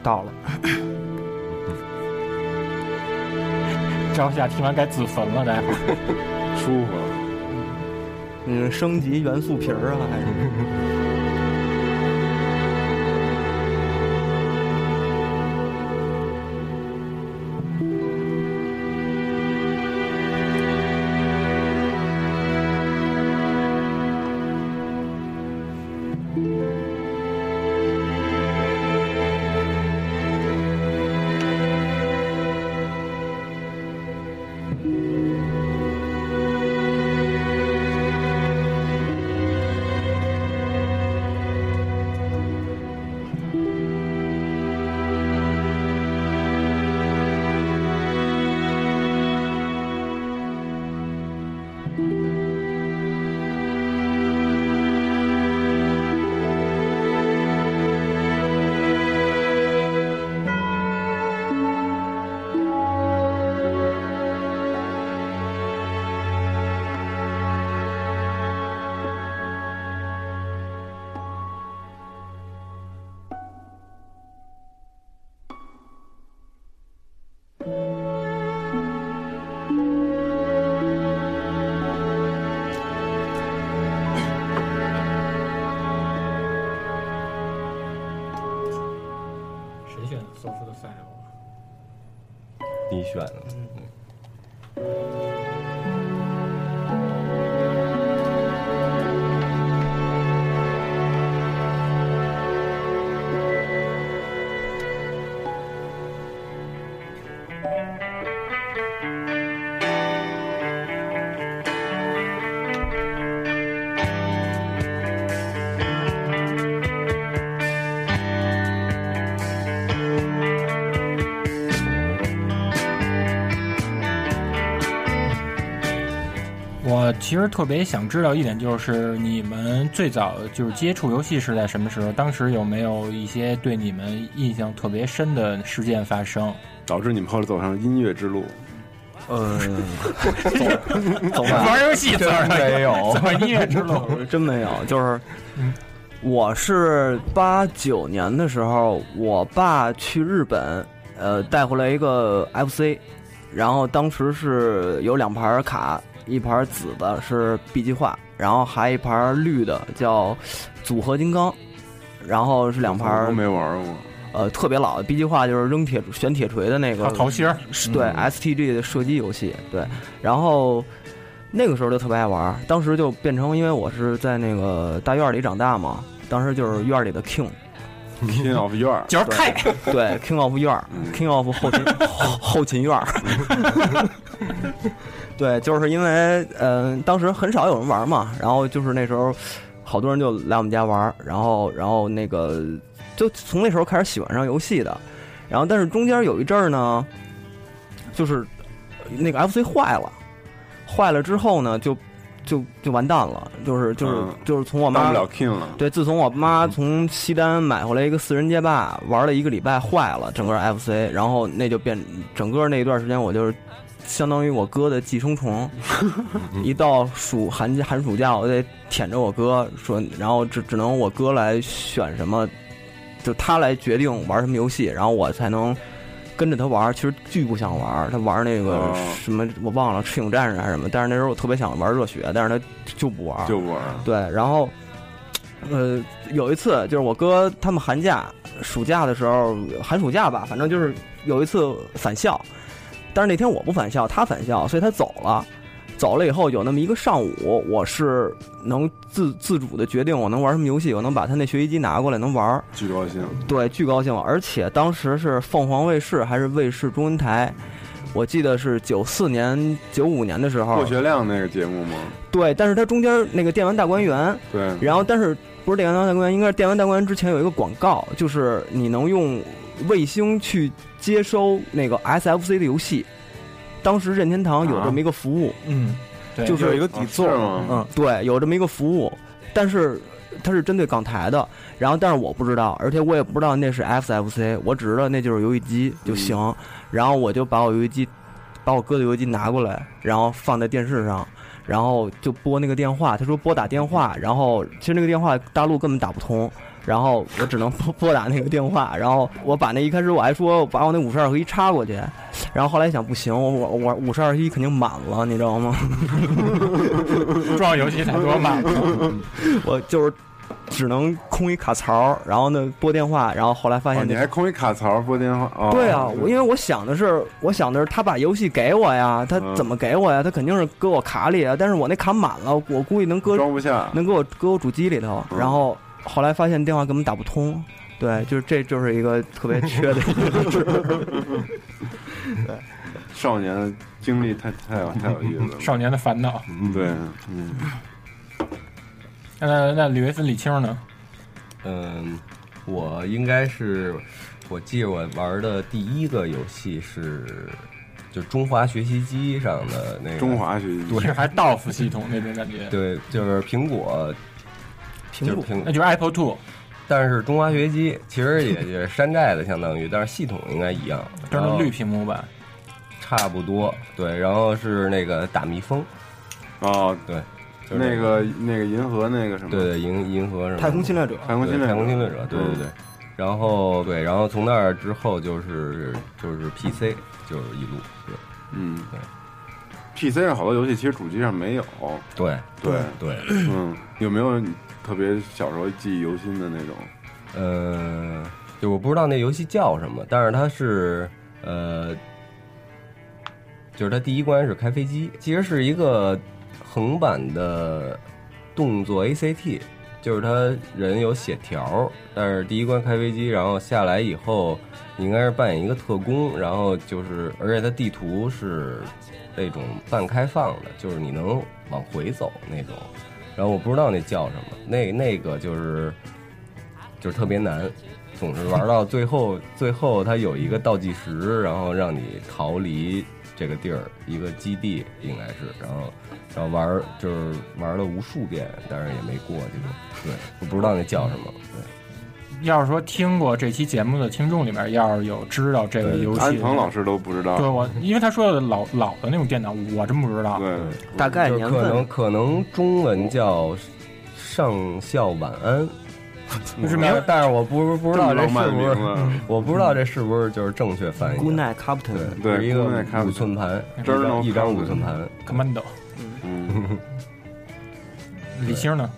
Speaker 7: 到了，
Speaker 8: 嗯
Speaker 1: 朝下听完该自焚了， 待会儿。
Speaker 4: 舒服。
Speaker 7: 嗯，升级元素瓶儿啊，还是
Speaker 4: 嗯，
Speaker 1: 谁选的 soft style？
Speaker 8: 你选的，嗯
Speaker 1: 我其实特别想知道一点，就是你们最早就是接触游戏是在什么时候？当时有没有一些对你们印象特别深的事件发生？
Speaker 4: 导致你们后来走上音乐之路。
Speaker 7: 呃，
Speaker 1: 走吧玩游戏
Speaker 7: 真 没有，
Speaker 1: 走音乐之路，
Speaker 7: 真没有。就是，
Speaker 1: 嗯
Speaker 7: 我是八九年的时候，我爸去日本，呃，带回来一个 FC，然后当时是有两盘卡，一盘紫的是 B 计划，然后还一盘绿的叫组合金刚，然后是两盘。
Speaker 4: 我没玩过。
Speaker 7: 呃，特别老的 B 计划就是扔铁选铁锤的那个
Speaker 1: 还有桃心儿
Speaker 7: 是对、STG 的射击游戏，对，然后那个时候就特别爱玩儿，当时就变成因为我是在那个大院儿里长大嘛，当时就是院儿里的 king，king
Speaker 4: of 院儿，
Speaker 1: 就是太
Speaker 7: 对 king of 院儿，king of 后勤后后勤院儿，对，就是因为呃当时很少有人玩嘛，然后就是那时候好多人就来我们家玩儿，然后然后那个就从那时候开始喜欢上游戏的，然后但是中间有一阵儿呢，就是呃那个 FC 坏了，坏了之后呢，就就就完蛋了，就是就是、
Speaker 4: 嗯
Speaker 7: 就是从我妈
Speaker 4: 当不了 king 了嗯
Speaker 7: 对，自从我妈从西单买回来一个四人街霸，玩了一个礼拜坏了，整个 FC，然后那就变整个那一段时间我就是。相当于我哥的寄生虫， 一到暑寒假寒暑假，我得舔着我哥说，然后只只能我哥来选什么就他来决定玩什么游戏，然后我才能跟着他玩。其实巨不想玩，他玩那个
Speaker 4: 哦
Speaker 7: 什么、我忘了，赤影战士啊还是什么。但是那时候我特别想玩热血，但是他就不玩，
Speaker 4: 就不玩。
Speaker 7: 对，然后呃，有一次就是我哥他们寒假、暑假的时候，寒暑假吧，反正就是有一次返校，但是那天我不返校，他返校，所以他走了。走了以后有那么一个上午，我是能自自主的决定我能玩什么游戏，我能把他那学习机拿过来能玩儿，
Speaker 4: 巨高兴。
Speaker 7: 对，巨高兴，而且当时是凤凰卫视还是卫视中文台，我记得是九四年、九五年的时候
Speaker 4: 霍，学亮那个节目吗？
Speaker 7: 对，但是它中间那个电玩大观园，
Speaker 4: 对，
Speaker 7: 然后但是不是电玩大观园，应该是电玩大观园之前有一个广告，就是你能用卫星去接收那个 SFC 的游戏，当时任天堂有这么一个服务，
Speaker 1: 嗯，对
Speaker 7: 就是
Speaker 1: 有一个底座
Speaker 7: 啊是
Speaker 1: 吗
Speaker 7: 嗯，对，有这么一个服务，但是它是针对港台的，然后但是我不知道，而且我也不知道那是 SFC，我只知道那就是游戏机就行，
Speaker 1: 嗯
Speaker 7: 然后我就把我游戏机，把我哥的游戏机拿过来，然后放在电视上。然后就拨那个电话，他说拨打电话，然后其实那个电话大陆根本打不通，然后我只能拨 拨打那个电话，然后我把那一开始我还说把我那五十二合一插过去，然后后来想不行，我我我五十二合一肯定满了，你知道吗？
Speaker 1: 撞游戏太多嘛。
Speaker 7: 我就是只能空一卡槽，然后呢拨电话，然后后来发
Speaker 4: 哦，
Speaker 7: 现
Speaker 4: 你
Speaker 7: 那、
Speaker 4: 还空一卡槽拨电话？哦、
Speaker 7: 对啊，我因为我想的是，我想的是他把游戏给我呀，他
Speaker 4: 嗯
Speaker 7: 怎么给我呀？他肯定是搁我卡里啊，但是我那卡满了，我估计能搁
Speaker 4: 装不下，嗯
Speaker 7: 能搁我搁我主机里头。然后后来发现电话根本打不通，对，就是这就是一个特别缺的一个 事儿。
Speaker 4: 少年的经历太太有太有意思了。
Speaker 1: 少年的烦恼。
Speaker 4: 嗯，对，嗯，
Speaker 1: 那那李维斯、李青呢？
Speaker 8: 嗯，我应该是，我记得我玩的第一个游戏是就中华学习机上的那个
Speaker 4: 中华学习机
Speaker 8: 对，
Speaker 1: 是还 DOS 系统那种感觉。
Speaker 8: 对，就是苹果，苹果，
Speaker 1: 那就是 Apple Two。
Speaker 8: 但是中华学机其实也就是山寨的，相当于，但是系统应该一样，
Speaker 1: 但是
Speaker 8: 然后
Speaker 1: 绿屏幕吧，
Speaker 8: 差不多。对，然后是那个打蜜蜂，
Speaker 4: 哦，
Speaker 8: 对，就是
Speaker 4: 那个那个银河那个什么，
Speaker 8: 对对，银银河什么的
Speaker 5: 太空侵略者
Speaker 8: 对
Speaker 4: 太空侵略者嗯
Speaker 8: 太空侵略者，对对对。然后对，然后从那儿之后就是就是 PC，就是一路对，
Speaker 4: 嗯，PC 上好多游戏其实主机上没有。
Speaker 8: 对
Speaker 4: 对
Speaker 8: 对，
Speaker 4: 嗯，有没有你特别小时候记忆犹新的那种？
Speaker 8: 呃，就我不知道那游戏叫什么，但是它是呃，就是它第一关是开飞机，其实是一个横版的动作 ACT，就是它人有血条，但是第一关开飞机，然后下来以后，你应该是扮演一个特工，然后就是而且它地图是那种半开放的，就是你能往回走那种。然后我不知道那叫什么，那那个就是就是特别难，总是玩到最后，最后它有一个倒计时，然后让你逃离这个地儿，一个基地应该是，然后然后玩儿就是玩了无数遍，但是也没过这种，对，我不知道那叫什么，
Speaker 1: 要是说听过这期节目的听众里面，要是有知道这个游戏，
Speaker 4: 安藤老师都不知道。
Speaker 1: 对我，因为他说的老老的那种电脑，我真不知道。
Speaker 4: 对，
Speaker 8: 大概年份可能可能中文叫上校晚 安。
Speaker 1: 就是没有
Speaker 8: 但是我不不知道这是
Speaker 4: 这
Speaker 8: 不
Speaker 4: 么浪漫的
Speaker 8: 是
Speaker 4: 名字，
Speaker 8: 我不知道这是不是就是正确翻译的。
Speaker 7: Good night, Captain 对
Speaker 8: 对，是一个
Speaker 7: Good night, Captain
Speaker 8: 五寸盘，一
Speaker 7: Journal
Speaker 8: 张一张五寸盘。
Speaker 1: Commando，
Speaker 4: 嗯，
Speaker 1: 李星呢？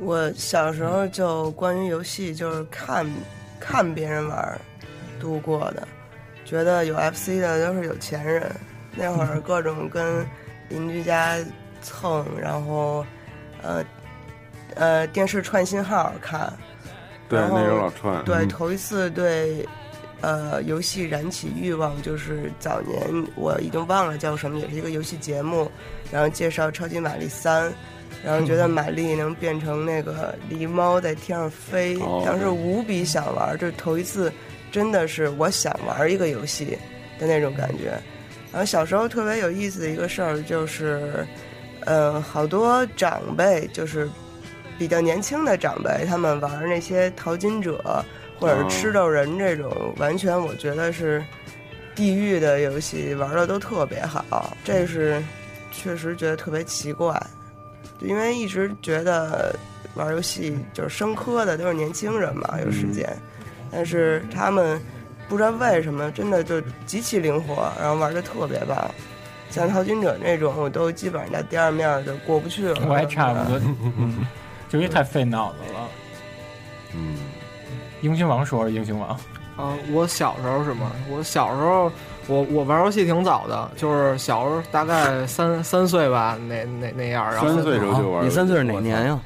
Speaker 9: 我小时候就关于游戏就是看看别人玩儿度过的，觉得有 FC 的都是有钱人。那会 儿各种跟邻居家蹭，然后呃呃电视串信号看。
Speaker 4: 对，
Speaker 9: 然后
Speaker 4: 那时候老串。
Speaker 9: 对，
Speaker 4: 嗯
Speaker 9: 头一次对呃游戏燃起欲望，就是早年我已经忘了叫什么，也是一个游戏节目，然后介绍《超级玛丽三》。然后觉得玛丽能变成那个狸猫在天上飞
Speaker 12: 哦，
Speaker 9: 当时无比想玩，这是头一次真的是我想玩一个游戏的那种感觉。然后小时候特别有意思的一个事儿就是，呃，好多长辈就是比较年轻的长辈，他们玩那些淘金者或者是吃豆人这种，完全我觉得是地狱的游戏，玩的都特别好，这是确实觉得特别奇怪，就因为一直觉得玩游戏就是生磕的都是年轻人嘛，有时间，但是他们不知道为什么真的就极其灵活，然后玩的特别棒。像淘金者那种，我都基本上在第二面就过不去了。
Speaker 1: 我还差不多，嗯就因为太费脑子了。
Speaker 8: 嗯，
Speaker 1: 英雄王说是英雄王，
Speaker 6: 啊，我小时候是吗？我小时候，我我玩游戏挺早的，就是小时候大概三三岁吧，那那那样儿。然后
Speaker 4: 三岁时候就玩
Speaker 6: 啊
Speaker 4: 你三岁是
Speaker 7: 哪年呀？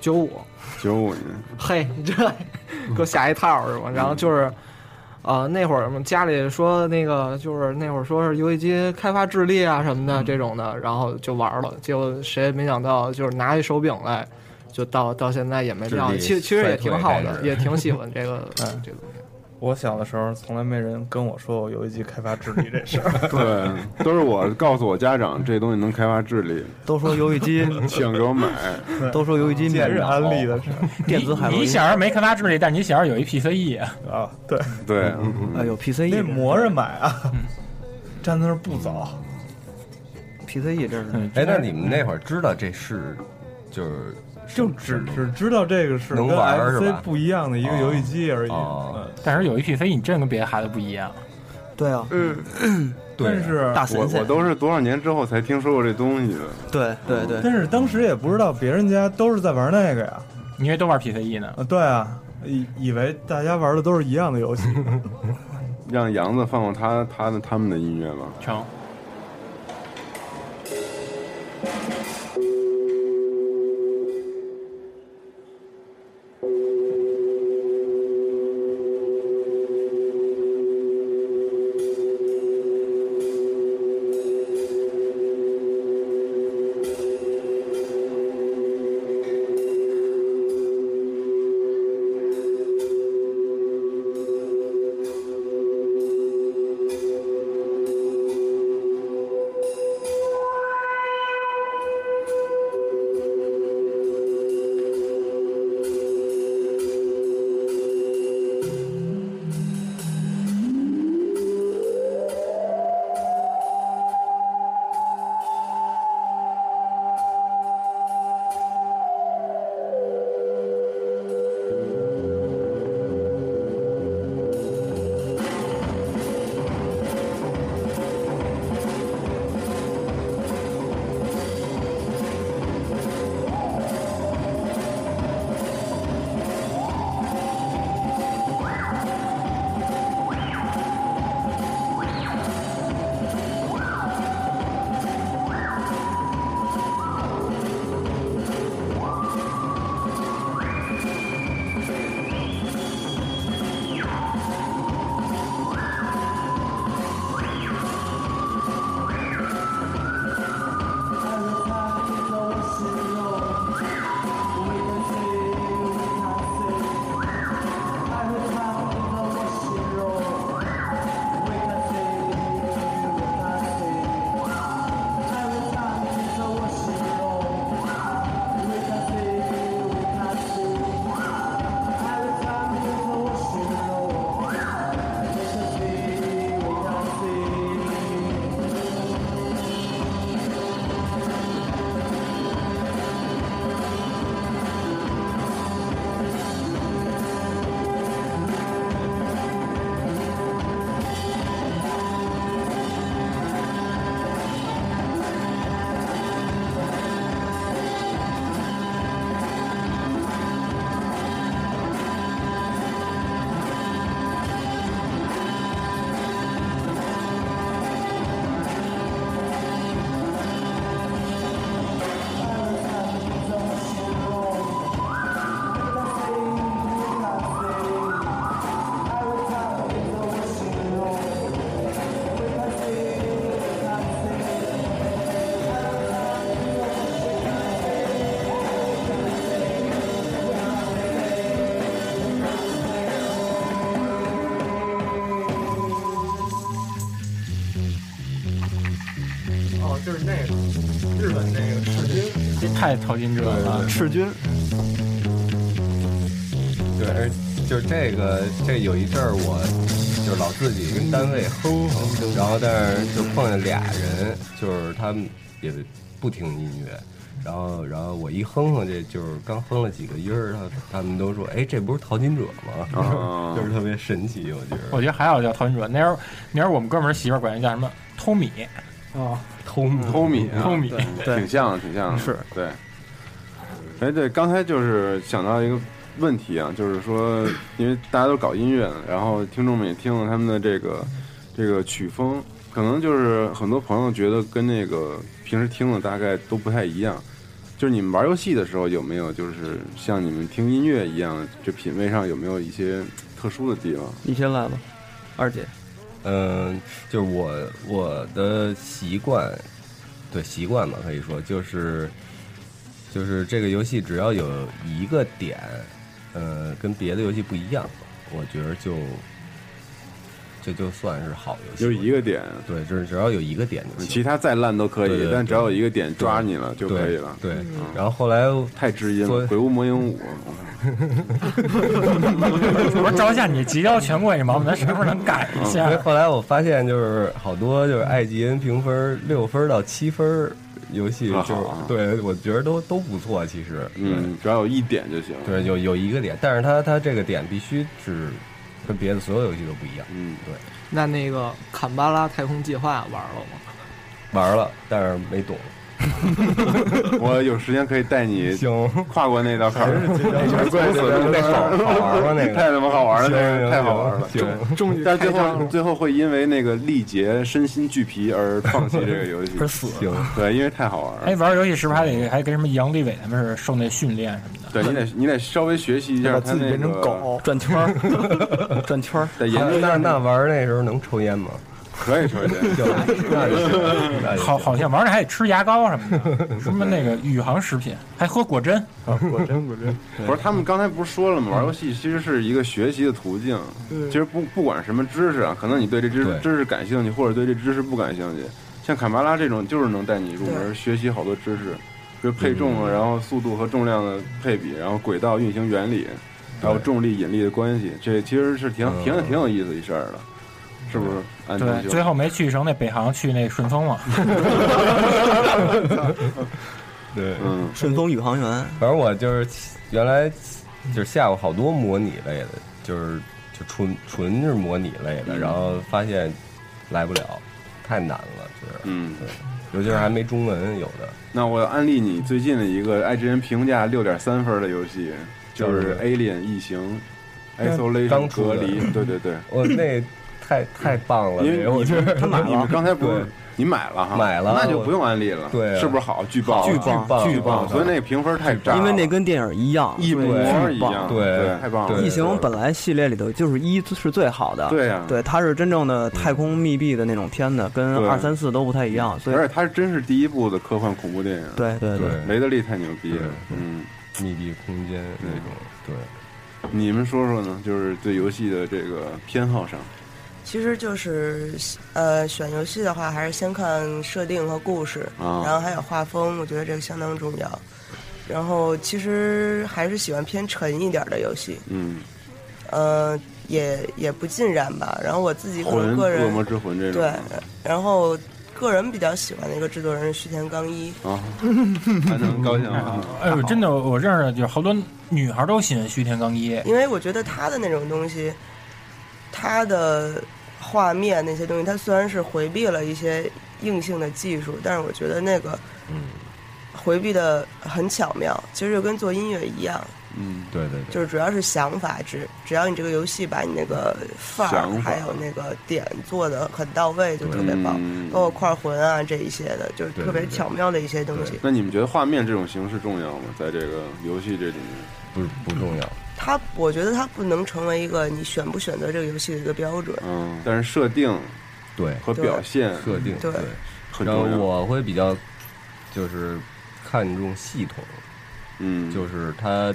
Speaker 6: 九五。
Speaker 4: 九五年，
Speaker 6: 嘿，你这给我下一套是吧？然后就是，
Speaker 11: 嗯
Speaker 6: 呃，那会儿嘛家里说那个就是那会儿说是游戏机开发智力啊什么
Speaker 11: 嗯
Speaker 6: 的这种的，然后就玩了。结果谁也没想到，就是拿一手柄来，就到到现在也没
Speaker 5: 智
Speaker 6: 变化。
Speaker 5: 力
Speaker 6: 其实其实也
Speaker 5: 衰退
Speaker 6: 挺好
Speaker 5: 开
Speaker 6: 的，
Speaker 5: 始
Speaker 6: 也挺 喜欢这个这个东西。
Speaker 11: 嗯我小的时候从来没人跟我说我游戏机开发智力这 事儿。
Speaker 4: 对，都是我告诉我家长这东西能开发智力，
Speaker 5: 都说游戏机
Speaker 4: 请给我买，
Speaker 5: 都说游戏机
Speaker 11: 也是安利的事儿。
Speaker 1: 你你小时候没开发智力，但你小时候有一 E PCE
Speaker 11: 啊，对
Speaker 4: 对，
Speaker 5: 哎呦，PCE
Speaker 11: 那磨着买啊，
Speaker 1: 嗯
Speaker 11: 站在那儿不早。嗯
Speaker 6: E
Speaker 5: PCE 这是
Speaker 8: 哎，那你们那会儿知道这是就是
Speaker 11: 就只只知道这个是
Speaker 8: 能
Speaker 11: 跟
Speaker 8: 玩儿是
Speaker 11: FC
Speaker 8: 吧哦
Speaker 11: 不一样的一个游戏机而已。
Speaker 1: 但是有一 E，PCE，你真跟别的孩子不一样。
Speaker 5: 对啊，
Speaker 11: 嗯，
Speaker 8: 啊
Speaker 11: 但是
Speaker 4: 我我都是多少年之后才听说过这东西的。
Speaker 5: 对
Speaker 11: 对对，但是当时也不知道别人家都是在玩那个呀，
Speaker 1: 因为都玩 PCE 呢。
Speaker 11: 啊，对啊，以以为大家玩的都是一样的游戏。
Speaker 4: 让杨子放放他他的他们的音乐吧。
Speaker 1: 成。
Speaker 10: Thank
Speaker 11: 哦，就是那个日本那个赤军，
Speaker 1: 这太淘金者了，
Speaker 5: 赤军。
Speaker 8: 对，而就这个，这有一阵儿我就老自己跟单位哼哼，然后但是就碰见俩人，就是他们也不听音乐，然后然后我一哼哼，这就是刚哼了几个音儿，他他们都说，哎，这不是淘金者吗？ 就是特别神奇，我觉得。
Speaker 1: 我觉得还好叫淘金者。那时候那时候我们哥们儿媳妇儿管人叫什么偷米，
Speaker 6: 哦，
Speaker 1: 偷米
Speaker 4: 偷米啊，
Speaker 1: 偷米，
Speaker 4: 对挺像的，挺像的，
Speaker 1: 是
Speaker 4: 对。哎，对，刚才就是想到一个问题啊，就是说，因为大家都搞音乐的，然后听众们也听了他们的这个这个曲风，可能就是很多朋友觉得跟那个平时听的大概都不太一样。就是你们玩游戏的时候有没有就是像你们听音乐一样，这品味上有没有一些特殊的地方？
Speaker 5: 你先来吧，二姐。
Speaker 8: 嗯，就是我我的习惯，对习惯吧，可以说就是就是这个游戏只要有一个点，呃，跟别的游戏不一样，我觉得就这就算是好游戏。
Speaker 4: 就是一个点，
Speaker 8: 对，就是只要有一个点就行。
Speaker 4: 其他再烂都可以，
Speaker 8: 对对对
Speaker 4: 但只要有一个点抓你了就可以了。嗯
Speaker 8: 对，然后后来
Speaker 4: 太知音了，《鬼屋魔影舞》
Speaker 1: 我说照下你极高权贵这毛病，咱什么时候能改
Speaker 4: 嗯
Speaker 1: 一下
Speaker 8: 所以？后来我发现，就是好多就是爱吉恩评分六分到七分游戏，
Speaker 4: 啊
Speaker 8: 就是
Speaker 4: 好啊
Speaker 8: 对我觉得都都不错，其实
Speaker 4: 嗯，只要有一点就行。
Speaker 8: 对有有一个点，但是它它这个点必须是跟别的所有游戏都不一样，
Speaker 4: 嗯，
Speaker 8: 对，
Speaker 6: 那那个坎巴拉太空计划玩了吗？
Speaker 8: 玩了，但是没懂，
Speaker 4: 我有时间可以带 你
Speaker 8: 行
Speaker 4: 跨过那道坎 儿，哎怪死了，
Speaker 8: 那好好玩吗那个
Speaker 4: 太他妈好玩了，那
Speaker 8: 行
Speaker 4: 个太好玩了。
Speaker 8: 行
Speaker 4: 对
Speaker 6: 终于
Speaker 4: 但是
Speaker 6: 开
Speaker 4: 最
Speaker 6: 张
Speaker 4: 后
Speaker 6: 了。
Speaker 4: 最后会因为那个力竭身心俱疲而放弃这个游戏，
Speaker 8: 行，
Speaker 4: 对，因为太好玩了。
Speaker 1: 哎，玩游戏是不是还得还跟什么杨利伟他们似的受那训练什么的？
Speaker 4: 对你得你得稍微学习一下
Speaker 11: 把
Speaker 4: 他
Speaker 11: 自己
Speaker 4: 那
Speaker 11: 变成
Speaker 4: 个，
Speaker 11: 狗，
Speaker 5: 转圈儿， 转圈 儿。
Speaker 4: 得研究一
Speaker 8: 那
Speaker 4: 下
Speaker 8: 那玩那时候能抽烟吗？
Speaker 4: 可以抽烟。
Speaker 8: 就那就行那就行
Speaker 1: 好，好像玩的还得吃牙膏什么的，什么那个宇航食品，还喝果珍。
Speaker 11: 果真果真，
Speaker 4: 不是，他们刚才不是说了
Speaker 1: 嗯
Speaker 4: 吗？玩游戏其实是一个学习的途径。其实不不管是什么知识啊，可能你对这知
Speaker 8: 对
Speaker 4: 知识感兴趣，或者对这知识不感兴趣。像坎巴拉这种，就是能带你入门学习好多知识，比如配重啊，
Speaker 1: 嗯
Speaker 4: 然后速度和重量的配比，然后轨道运行原理，还有重力引力的关系，这其实是挺挺挺有意思一事儿的，是不是？安藤
Speaker 1: 嗯对，
Speaker 4: 兄，
Speaker 1: 最后没去成那北航，去那顺 丰了。
Speaker 8: 对。
Speaker 4: 嗯，
Speaker 5: 顺丰宇航员，
Speaker 8: 反正我就是原来就是下过好多模拟类的，就是就纯纯是模拟类的，
Speaker 4: 嗯
Speaker 8: 然后发现来不了，太难了，就是
Speaker 4: 嗯
Speaker 8: 对，尤其是还没中文有的，
Speaker 4: 那我安利你最近的一个 IGN 评价六点三分的游戏，就是
Speaker 8: 叫什
Speaker 4: 《
Speaker 8: 么
Speaker 4: Alien 异形
Speaker 8: 嗯》
Speaker 4: 哎，Isolation
Speaker 8: 刚出
Speaker 4: 隔
Speaker 8: 的
Speaker 4: 离，对对对，
Speaker 8: 我那太太棒了，
Speaker 4: 因为
Speaker 8: 那我
Speaker 4: 你
Speaker 8: 觉得
Speaker 4: 他买了，你们刚才不
Speaker 8: 对
Speaker 4: 是你买了哈，
Speaker 8: 买了
Speaker 4: 那就不用安利了，
Speaker 8: 对啊
Speaker 4: 是不是好？巨棒，
Speaker 8: 巨
Speaker 5: 棒
Speaker 8: 棒，
Speaker 4: 巨棒！所以那个评分太炸了，
Speaker 5: 因为那跟电影一样，
Speaker 4: 一模一样，
Speaker 8: 对
Speaker 4: 对，
Speaker 8: 对
Speaker 4: 太棒了！
Speaker 8: 对
Speaker 5: 异形本来系列里头就是一是最好的，
Speaker 4: 对呀，，
Speaker 5: 对，它是真正的太空密闭的那种片子，跟
Speaker 4: 对
Speaker 5: 二三四都不太一样，所以
Speaker 4: 而且它真是第一部的科幻恐怖电影，
Speaker 5: 对对对，
Speaker 8: 对
Speaker 4: 雷德利太牛逼了，
Speaker 8: 对
Speaker 4: 嗯，
Speaker 8: 密闭空间那种，对，
Speaker 4: 你们说说呢？就是对游戏的这个偏好上，
Speaker 9: 其实就是呃，选游戏的话，还是先看设定和故事，
Speaker 4: 啊
Speaker 9: 然后还有画风，我觉得这个相当重要。然后其实还是喜欢偏沉一点的游戏，
Speaker 4: 嗯，
Speaker 9: 呃，也也不尽然吧。然后我自己可
Speaker 4: 魂、
Speaker 9: 能个
Speaker 4: 恶
Speaker 9: 人
Speaker 4: 魔之魂这种，
Speaker 9: 对，然后个人比较喜欢的一个制作人是须田刚一，
Speaker 4: 啊，还能高兴啊吗？
Speaker 1: 哎呦，真的，我认识有好多女孩都喜欢虚田刚一。
Speaker 9: 因为我觉得他的那种东西，他的画面那些东西，他虽然是回避了一些硬性的技术，但是我觉得那个
Speaker 8: 嗯，
Speaker 9: 回避的很巧妙，其实就跟做音乐一样，
Speaker 4: 嗯，
Speaker 8: 对对对，
Speaker 9: 就是主要是想法，只只要你这个游戏把你那个范
Speaker 4: 想
Speaker 9: 儿
Speaker 4: 法
Speaker 9: 还有那个点做的很到位，就特别棒，
Speaker 5: 哦
Speaker 4: 嗯
Speaker 9: 包括块魂啊这一些的，就是
Speaker 8: 对
Speaker 9: 特别
Speaker 8: 对对
Speaker 9: 巧妙的一些东西
Speaker 8: 对。
Speaker 4: 那你们觉得画面这种形式重要吗？在这个游戏这里面，
Speaker 8: 不不重要，
Speaker 9: 它，我觉得它不能成为一个你选不选择这个游戏的一个标准。
Speaker 4: 嗯，但是设定
Speaker 8: 对，
Speaker 4: 和
Speaker 9: 对
Speaker 4: 表现
Speaker 8: 设定
Speaker 9: 对
Speaker 8: 对。
Speaker 4: 很
Speaker 8: 然
Speaker 4: 重
Speaker 8: 后
Speaker 4: 要。
Speaker 8: 我会比较就是看重系统，
Speaker 4: 嗯，
Speaker 8: 就是它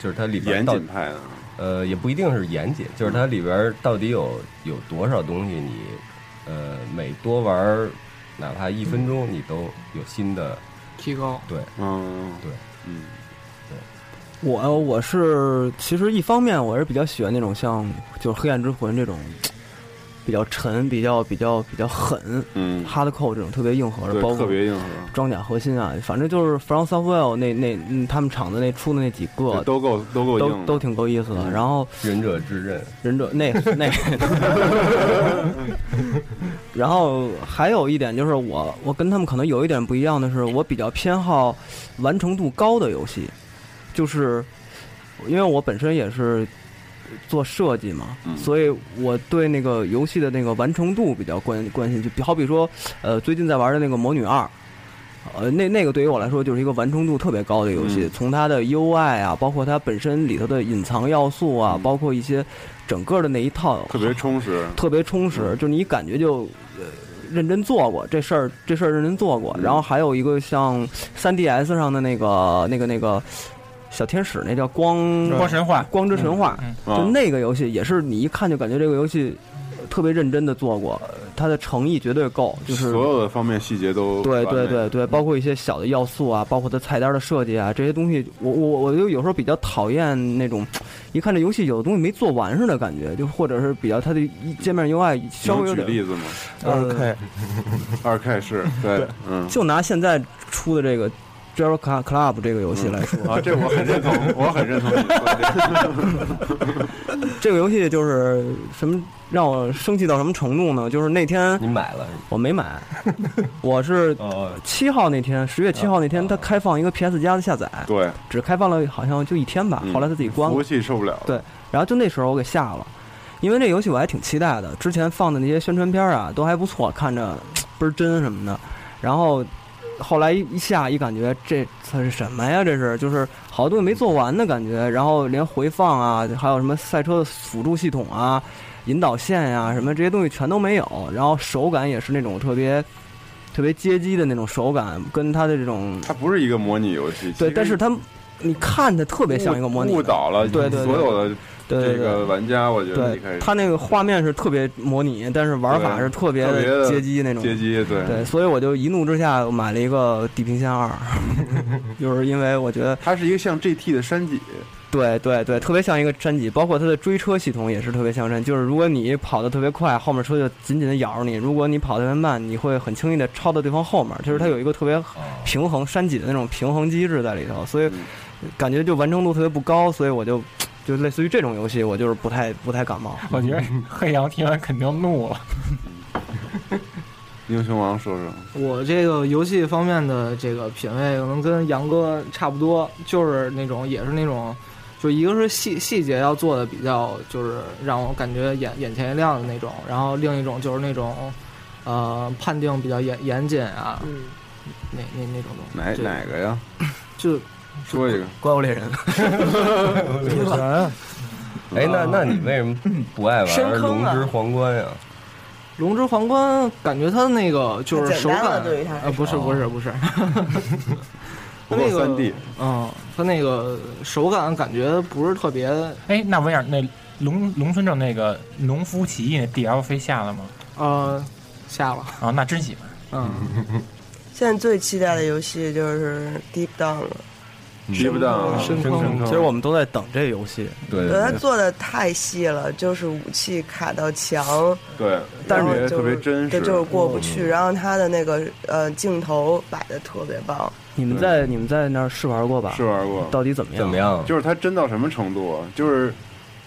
Speaker 8: 就是它里边
Speaker 4: 严
Speaker 8: 到
Speaker 4: 谨派的，啊
Speaker 8: 呃也不一定是严谨，就是它里边到底有有多少东西你呃每多玩哪怕一分钟，你都有新的
Speaker 6: 提高。
Speaker 8: 对，
Speaker 4: 嗯，
Speaker 8: 对，
Speaker 4: 嗯，
Speaker 7: 我我是其实一方面我是比较喜欢那种像就是《黑暗之魂》这种比较沉、比较比较比较狠，
Speaker 4: 嗯
Speaker 7: ，hardcore 这种特别硬核的，
Speaker 4: 对
Speaker 7: 包括
Speaker 4: 特别硬核
Speaker 7: 装甲核心啊，反正就是 From Software 那那嗯他们厂子那出的那几个
Speaker 4: 对都够都够
Speaker 7: 都
Speaker 4: 硬的嗯
Speaker 7: 都挺够意思的。然后
Speaker 8: 忍者之刃，
Speaker 7: 忍者那 那，然后还有一点就是我我跟他们可能有一点不一样的是，我比较偏好完成度高的游戏，就是因为我本身也是做设计嘛，
Speaker 4: 嗯
Speaker 7: 所以我对那个游戏的那个完成度比较关关心。就比好比说，呃，最近在玩的那个《魔女二》。呃，那那个对于我来说就是一个完成度特别高的游
Speaker 4: 嗯
Speaker 7: 戏，从它的 UI 啊，包括它本身里头的隐藏要素啊，包括一些整个的那一套
Speaker 4: 嗯特别充实，嗯
Speaker 7: 特别充实，就你感觉就呃认真做过这事儿，这事儿认真做过。
Speaker 4: 嗯
Speaker 7: 然后还有一个像 3DS 上的那个那个那个小天使，那叫光
Speaker 1: 光神话
Speaker 7: 光之神话，
Speaker 1: 嗯
Speaker 4: 嗯
Speaker 7: 就那个游戏也是你一看就感觉这个游戏呃特别认真的做过，呃它的诚意绝对够，就是
Speaker 4: 所有的方面细节都
Speaker 7: 对
Speaker 4: 完
Speaker 7: 对
Speaker 4: 美
Speaker 7: 对对，包括一些小的要素啊，包括它菜单的设计啊，这些东西，我我我就有时候比较讨厌那种，一看这游戏有的东西没做完似的感觉，就或者是比较它的一界面 UI 稍微有
Speaker 4: 能举
Speaker 7: 点
Speaker 4: 例子吗？
Speaker 7: 呃，
Speaker 4: 二 K 是对，嗯，
Speaker 7: 就拿现在出的这个 j e r o Club 这个游戏来说
Speaker 4: 啊，这我很认同，我很认同你的观点。
Speaker 7: 这个游戏就是什么让我生气到什么程度呢？就是那天
Speaker 8: 你买了，哦
Speaker 7: 我没买，我是七号那天，十月七号那天，它开放一个 PS 加的下载，
Speaker 4: 对，嗯
Speaker 7: 只开放了好像就一天吧，后来它自己关了，
Speaker 4: 服务器受不了了，
Speaker 7: 对，然后就那时候我给下了，因为这游戏我还挺期待的，之前放的那些宣传片啊都还不错，看着倍儿真什么的，然后后来一下一感觉这这是什么呀？这是就是好多东西没做完的感觉，然后连回放啊，还有什么赛车的辅助系统啊、引导线呀、什么这些东西全都没有，然后手感也是那种特别。特别街机的那种手感，跟它的这种
Speaker 4: 它不是一个模拟游戏，
Speaker 7: 对，但是它你看着特
Speaker 4: 特
Speaker 7: 别像一个模拟的，
Speaker 4: 误导了
Speaker 7: 对对对
Speaker 4: 所有的
Speaker 7: 对对
Speaker 4: 这个玩家，我觉得一开
Speaker 7: 对，
Speaker 4: 始
Speaker 7: 它那个画面是特别模拟，但是玩法
Speaker 4: 对
Speaker 7: 是特别
Speaker 4: 特别
Speaker 7: 的
Speaker 4: 的
Speaker 7: 街机那种。
Speaker 4: 街机对
Speaker 7: 对，所以我就一怒之下买了一个《地平线 二》，就是因为我觉得
Speaker 4: 它是一个像 GT 的山脊。
Speaker 7: 对对对，特别像一个山脊，包括它的追车系统也是特别像山。就是如果你跑得特别快，后面车就紧紧的咬着你；如果你跑得特别慢，你会很轻易的超到对方后面。就是它有一个特
Speaker 4: 嗯
Speaker 7: 别平衡山脊的那种平衡机制在里头，所以感觉就完成度特别不高，所以我就就类似于这种游戏，我就是不太不太感冒。
Speaker 1: 我觉得黑羊听完肯定怒了。
Speaker 4: 英雄王说说，
Speaker 6: 嗯我这个游戏方面的这个品味可能跟杨哥差不多，就是那种也是那种，就一个是细细节要做的比较，就是让我感觉眼眼前一亮的那种，然后另一种就是那种，呃，判定比较严严谨啊，
Speaker 7: 嗯
Speaker 6: 那那那种东西。
Speaker 4: 哪
Speaker 6: 对
Speaker 4: 哪个呀？
Speaker 6: 就
Speaker 4: 说一个
Speaker 7: 怪物猎人
Speaker 8: 哎，那那你为什么不爱玩
Speaker 6: 深
Speaker 8: 《
Speaker 6: 坑
Speaker 8: 龙
Speaker 6: 啊
Speaker 8: 之皇冠》呀？
Speaker 6: 龙之皇冠，感觉它那个就是手
Speaker 9: 太简单
Speaker 6: 感
Speaker 9: 了对于它来说
Speaker 6: 呃，
Speaker 8: 哦
Speaker 6: 不是不是不 是，
Speaker 1: 不
Speaker 6: 它
Speaker 1: 够
Speaker 6: 那个
Speaker 1: 3D
Speaker 6: 嗯，它那个手感感觉不是特别。
Speaker 1: 哎，那文雅，那龙龙村正那个农夫起义那 DLC 下了吗？
Speaker 6: 呃，下了
Speaker 1: 啊，那真喜欢。
Speaker 6: 嗯，
Speaker 9: 现在最期待的游戏就是 Deep Down 了，
Speaker 4: Deep Down，深坑深坑
Speaker 7: 其实我们都在等这游戏。
Speaker 4: 啊对
Speaker 9: 我觉得它做的太细了，就是武器卡到墙，
Speaker 4: 对，
Speaker 9: 然后
Speaker 4: 特别
Speaker 9: 就
Speaker 4: 特别真
Speaker 9: 对
Speaker 4: 实，嗯
Speaker 9: 就是过不去。然后它的那个呃镜头摆的特别棒，
Speaker 7: 你们在你们在那儿试玩过吧？
Speaker 4: 是玩过，
Speaker 7: 到底怎么样？
Speaker 4: 就是它真到什么程度啊？就是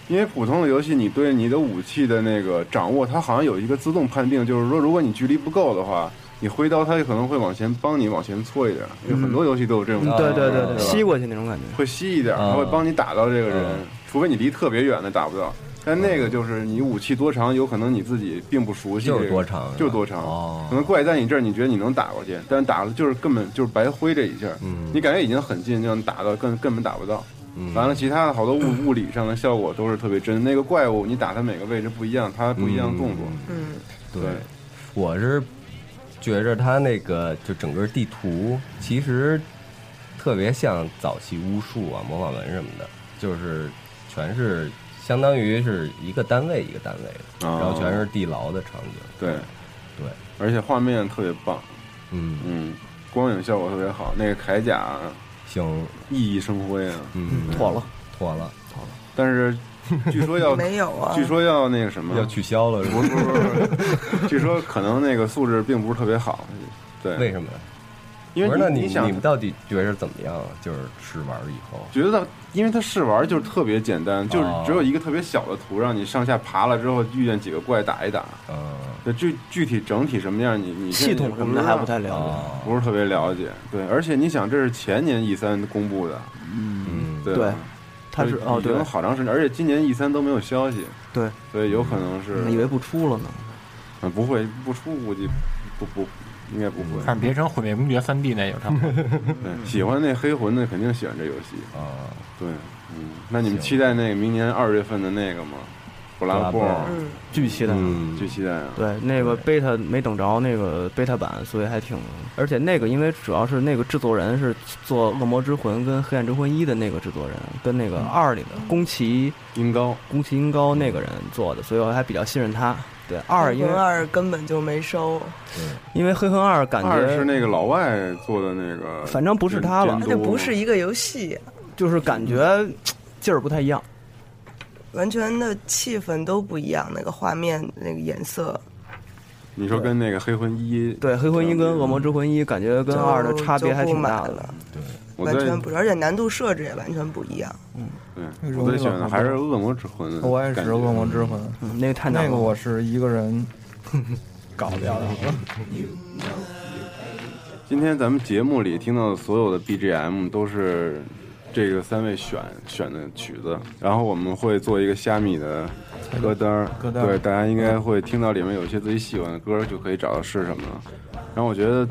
Speaker 4: 因为普通的游戏，你对你的武器的那个掌握，它好像有一个自动判定，就是说，如果你距离不够的话，你挥刀它可能会往前帮你往前搓一点。有很多游戏都有这种
Speaker 7: 嗯，
Speaker 4: 感
Speaker 7: 对
Speaker 4: 觉，
Speaker 7: 对对对，
Speaker 4: 吧
Speaker 7: 吸过去那种感觉。
Speaker 4: 会吸一
Speaker 8: 啊
Speaker 4: 点，它会帮你打到这个人，除非你离特别远的打不到。但那个就是你武器多长，有可能你自己并不熟悉这个，
Speaker 8: 就是多长是啊哦吧
Speaker 4: 就是多长。可能怪在你这儿，你觉得你能打过去，但打了就是根本就是白挥这一下，
Speaker 8: 嗯
Speaker 4: 你感觉已经很近，就能打到根根本打不到。完了，其他的好多物物理上的效果都是特别真。那个怪物你打它每个位置不一样，它不一样动作。
Speaker 9: 嗯，
Speaker 8: 对，我是觉着它那个就整个地图其实特别像早期巫术啊、魔法文什么的，就是全是相当于是一个单位一个单位的，
Speaker 4: 哦
Speaker 8: 然后全是地牢的场景。
Speaker 4: 对，
Speaker 8: 对，
Speaker 4: 而且画面特别棒，
Speaker 8: 嗯
Speaker 4: 嗯，光影效果特别好，那个铠甲
Speaker 8: 行
Speaker 4: 熠熠生辉啊，
Speaker 8: 嗯
Speaker 7: 妥了，
Speaker 8: 妥了，妥了。
Speaker 4: 但是据说 要
Speaker 9: 没有啊
Speaker 4: 据说要那个什么
Speaker 8: 要取消了是
Speaker 4: 不
Speaker 8: 吧
Speaker 4: 是不是不是，据说可能那个素质并不是特别好，对，
Speaker 8: 为什么呀？
Speaker 4: 因为
Speaker 8: 不是那
Speaker 4: 你
Speaker 8: 你
Speaker 4: 想
Speaker 8: 你们到底觉着怎么样啊？就是试玩以后，
Speaker 4: 觉得，因为它试玩就是特别简单，就是
Speaker 8: 哦
Speaker 4: 只有一个特别小的图，让你上下爬了之后遇见几个怪打一打。
Speaker 8: 嗯，
Speaker 4: 那具具体整体什么样，你你现在
Speaker 7: 系统什么的
Speaker 4: 知
Speaker 7: 还
Speaker 4: 道
Speaker 7: 不太了解。
Speaker 8: 哦，
Speaker 4: 不是特别了解。对，而且你想，这是前年 E 三公布的，
Speaker 8: 嗯，
Speaker 4: 对
Speaker 7: 对
Speaker 4: 吧，
Speaker 7: 它是哦，
Speaker 4: 已
Speaker 7: 对
Speaker 4: 经好长时间，而且今年 E 三都没有消息，
Speaker 7: 对，
Speaker 4: 所以有可能是
Speaker 7: 以为不出了呢。
Speaker 4: 嗯不会不出，估计不不应该不
Speaker 8: 嗯
Speaker 4: 会。
Speaker 1: 但是别成毁灭公爵三 D 那有差不多。
Speaker 4: 对， 喜欢那黑魂的肯定喜欢这游戏。
Speaker 8: 啊，
Speaker 4: 对，嗯，那你们
Speaker 8: 行
Speaker 4: 期待那个明年二月份的那个吗？布拉
Speaker 8: 布拉
Speaker 4: 布尔
Speaker 8: 布尔
Speaker 9: 嗯，
Speaker 7: 巨期待。
Speaker 8: 嗯，
Speaker 4: 最期待啊！
Speaker 7: 对，那个 beta 没等着那个 beta 版，所以还挺，而且那个因为主要是那个制作人是做《恶魔之魂》跟《黑暗之魂一》的那个制作人，跟那个二里的宫崎
Speaker 4: 音嗯高，
Speaker 7: 宫崎英高那个人做的，所以我还比较信任他。
Speaker 4: 嗯
Speaker 7: 对二，因
Speaker 9: 零
Speaker 7: 为
Speaker 9: 二根本就没收，
Speaker 7: 因为《黑魂二》感
Speaker 4: 二是
Speaker 7: 觉，
Speaker 4: 那个老外做的那个，
Speaker 7: 反正不是他了
Speaker 4: 监
Speaker 9: 它
Speaker 4: 督
Speaker 9: 就不是一个游戏，
Speaker 7: 就是感
Speaker 4: 嗯
Speaker 7: 觉劲儿不太一样。
Speaker 9: 完全的气氛都不一样，那个画面那个颜色
Speaker 4: 你说跟那个黑魂一，
Speaker 7: 对，《黑魂一》跟《恶魔之魂一》感觉跟
Speaker 9: 就
Speaker 7: 二的差别还
Speaker 9: 就不
Speaker 7: 挺
Speaker 9: 满
Speaker 7: 大的。
Speaker 9: 了，
Speaker 4: 我
Speaker 9: 完
Speaker 4: 最
Speaker 9: 全不是，而且难度设置也完全不一样。
Speaker 4: 对我最喜欢的还是恶魔之魂，
Speaker 6: 哦我也是
Speaker 4: 感
Speaker 6: 《
Speaker 4: 觉
Speaker 6: 恶魔之魂》，
Speaker 7: 嗯，那个太难
Speaker 6: 那
Speaker 7: 了。
Speaker 6: 个我是一个人搞掉 的。
Speaker 4: 今天咱们节目里听到的所有的 BGM 都是这个三位选选的曲子，然后我们会做一个虾米的歌单儿，
Speaker 6: 歌单儿
Speaker 4: 对大家应该会听到里面有一些自己喜欢的歌，就可以找到是什么了。然后我觉得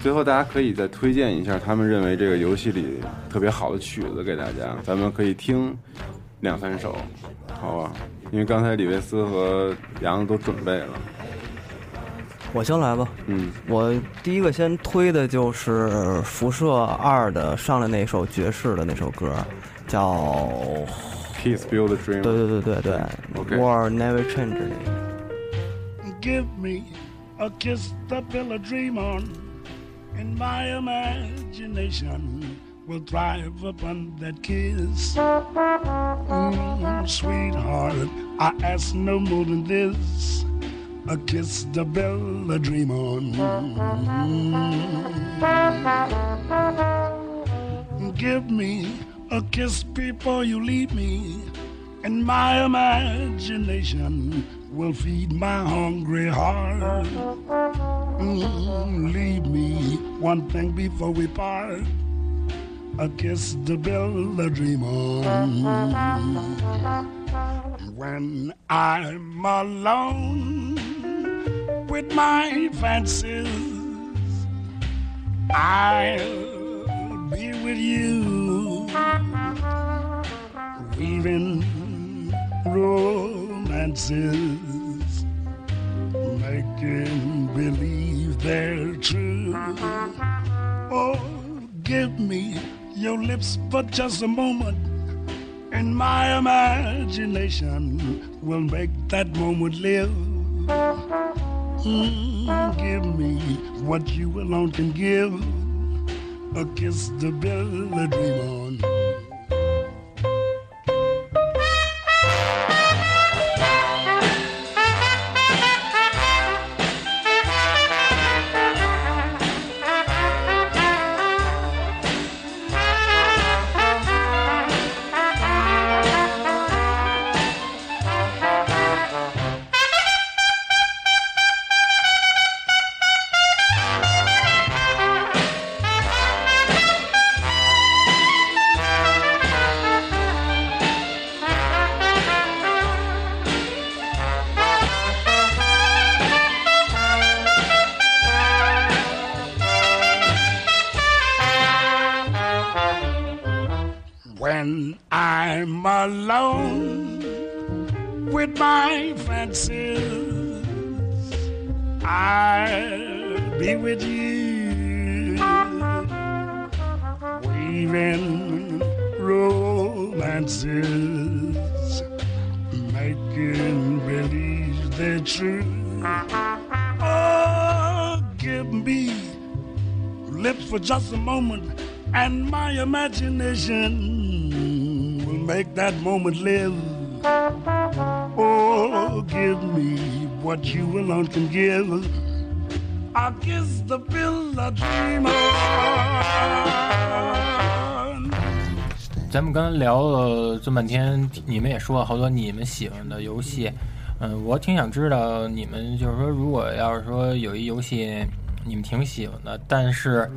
Speaker 4: 最后大家可以再推荐一下他们认为这个游戏里特别好的曲子给大家，咱们可以听两三首，好吧？因为刚才李维斯和杨都准备了，
Speaker 7: 我先来吧。
Speaker 4: 嗯，
Speaker 7: 我第一个先推的就是《辐射二》的上来那首爵士的那首歌，叫
Speaker 4: Peace Build a Dream，
Speaker 7: 对对对对对
Speaker 4: OK
Speaker 7: War Never Change》那个。
Speaker 12: Give me a kiss to build a dream on, and my imagination will thrive upon that kiss. Mm, sweetheart, I ask no more than this a kiss to build a dream on. Give me a kiss before you leave me, and my imagination will feed my hungry heart. Mm, leave me one thing before we part a kiss to build a dream on. When I'm alone with my fancies, I'll be with you, weaving romances, making believe they're true. Oh, give me your lips for just a moment, and my imagination will make that moment live. Mm, give me what you alone can give a kiss to build a dream on. When I'm alone with my fancies, I'll be with you, weaving romances, making believe they're true. Oh, lips for just a moment, and my imagination will make that moment live. Oh, give me what you alone can give. I kiss the pill I dream on.
Speaker 1: 咱们刚刚聊了这么半天，你们也说了好多你们喜欢的游戏，嗯，我挺想知道你们就是说，如果要是说有一游戏你们挺喜欢的，但是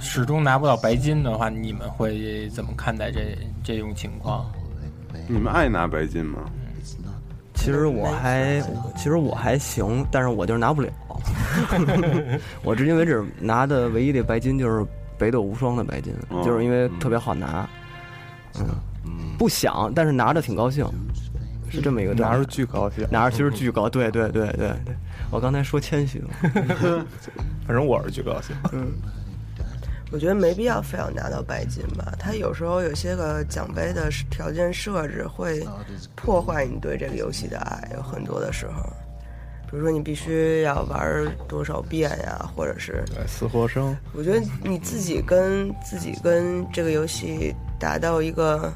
Speaker 1: 始终拿不到白金的话，你们会怎么看待这这种情况？
Speaker 4: 你们爱拿白金吗？
Speaker 7: 其实我还，其实我还行，但是我就是拿不了。 我至今为止拿的唯一的白金就是北斗无双的白金，
Speaker 13: 哦
Speaker 7: 就是因为特别好拿。嗯，不想，但是拿着挺高兴，是这么一个状态。拿着巨高兴，拿着其实巨高，对对对对对。我刚才说谦虚 了，
Speaker 3: 反正我是巨高兴。
Speaker 7: 嗯，
Speaker 9: 我觉得没必要非要拿到白金吧，它有时候有些个奖杯的条件设置会破坏你对这个游戏的爱，有很多的时候，比如说你必须要玩多少遍呀，或者是
Speaker 3: 死活生，
Speaker 9: 我觉得你自己跟自己跟这个游戏达到一个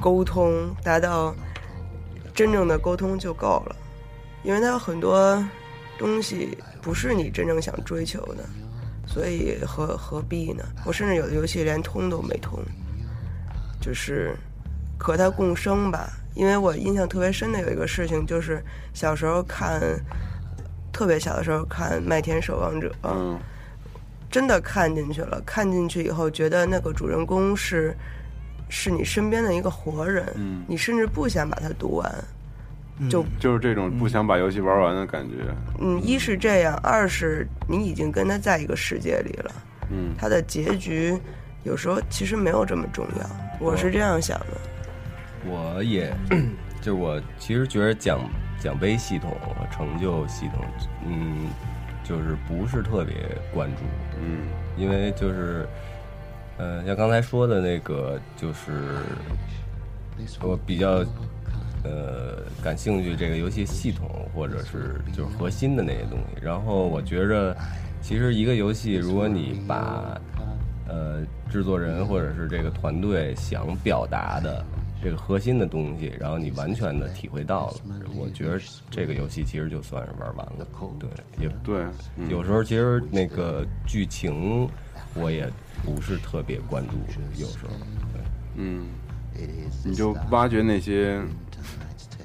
Speaker 9: 沟通，达到真正的沟通就够了，因为它有很多东西不是你真正想追求的，所以何何必呢？我甚至有的游戏连通都没通，就是和它共生吧。因为我印象特别深的有一个事情，就是小时候看，特别小的时候看《麦田守望者》，
Speaker 4: 嗯，
Speaker 9: 真的看进去了。看进去以后，觉得那个主人公是是你身边的一个活人，
Speaker 4: 嗯
Speaker 9: 你甚至不想把它读完。
Speaker 1: 嗯
Speaker 9: 就
Speaker 4: 就是这种不想把游戏玩完的感觉。
Speaker 9: 嗯，一是这样，二是你已经跟他在一个世界里了，
Speaker 4: 嗯，
Speaker 9: 他的结局有时候其实没有这么重要。我是这样想的，
Speaker 7: 哦
Speaker 8: 我也 就是我，其实觉得奖奖杯系统和成就系统，嗯，就是不是特别关注，
Speaker 4: 嗯，
Speaker 8: 因为就是，呃，像刚才说的那个，就是我比较呃感兴趣这个游戏系统或者是就是核心的那些东西。然后我觉着，其实一个游戏，如果你把呃制作人或者是这个团队想表达的这个核心的东西，然后你完全的体会到了，我觉得这个游戏其实就算是玩完了。对，也
Speaker 4: 对，
Speaker 8: 有时候其实那个剧情我也不是特别关注，有时候。
Speaker 4: 嗯，你就挖掘那些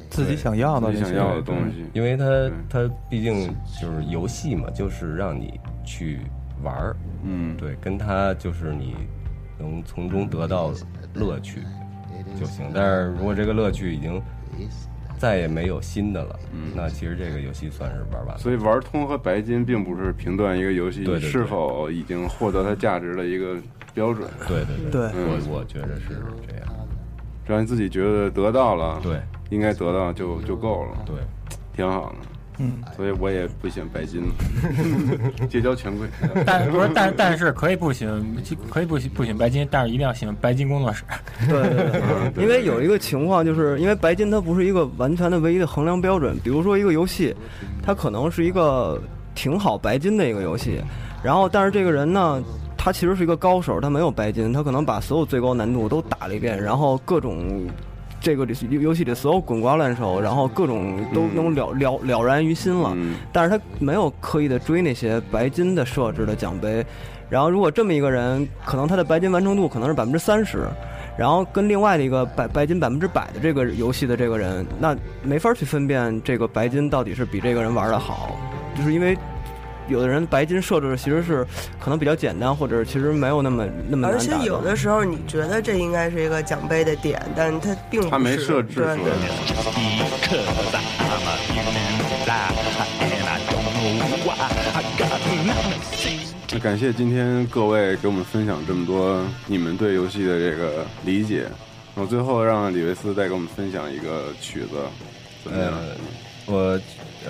Speaker 3: 自己想要的
Speaker 4: 自己想要的东西。
Speaker 8: 因为它它毕竟就是游戏嘛，就是让你去玩儿，
Speaker 4: 嗯，
Speaker 8: 对，跟它就是你能从中得到乐趣就行。但是如果这个乐趣已经再也没有新的了，嗯，那其实这个游戏算是玩完了。
Speaker 4: 所以玩通和白金并不是评断一个游戏
Speaker 8: 对对对
Speaker 4: 是否已经获得它价值的一个标准。
Speaker 8: 对对
Speaker 7: 对
Speaker 4: 嗯、
Speaker 8: 我我觉得是这样，
Speaker 4: 让你自己觉得得到了，
Speaker 8: 对，
Speaker 4: 应该得到就就够了，
Speaker 8: 对，
Speaker 4: 挺好的。
Speaker 3: 嗯，
Speaker 4: 所以我也不喜欢 白金了，结交权贵。
Speaker 1: 但不是，但但是可以不喜欢，可以不喜不喜欢白金，但是一定要喜欢白金工作室。
Speaker 7: 对对对，因为有一个情况，就是因为白金它不是一个完全的唯一的衡量标准。比如说一个游戏，它可能是一个挺好白金的一个游戏，然后但是这个人呢，他其实是一个高手，他没有白金，他可能把所有最高难度都打了一遍，然后各种。这个里游戏里所有滚瓜烂熟，然后各种都能了了了然于心了。但是他没有刻意的追那些白金的设置的奖杯。然后如果这么一个人，可能他的白金完成度可能是百分之三十，然后跟另外的一个白白金百分之百的这个游戏的这个人，那没法去分辨这个白金到底是比这个人玩的好，就是因为。有的人白金设置其实是可能比较简单，或者其实没有那么那么难
Speaker 9: 而
Speaker 7: 打
Speaker 9: 且
Speaker 7: 到
Speaker 9: 有的时候你觉得这应该是一个奖杯的点，但它并不是。
Speaker 7: 它没设置
Speaker 9: 对
Speaker 7: 出
Speaker 9: 对
Speaker 7: 来
Speaker 4: 那感谢今天各位给我们分享这么多你们对游戏的这个理解。然后最后让李维斯再给我们分享一个曲子，怎么样？
Speaker 8: 呃，我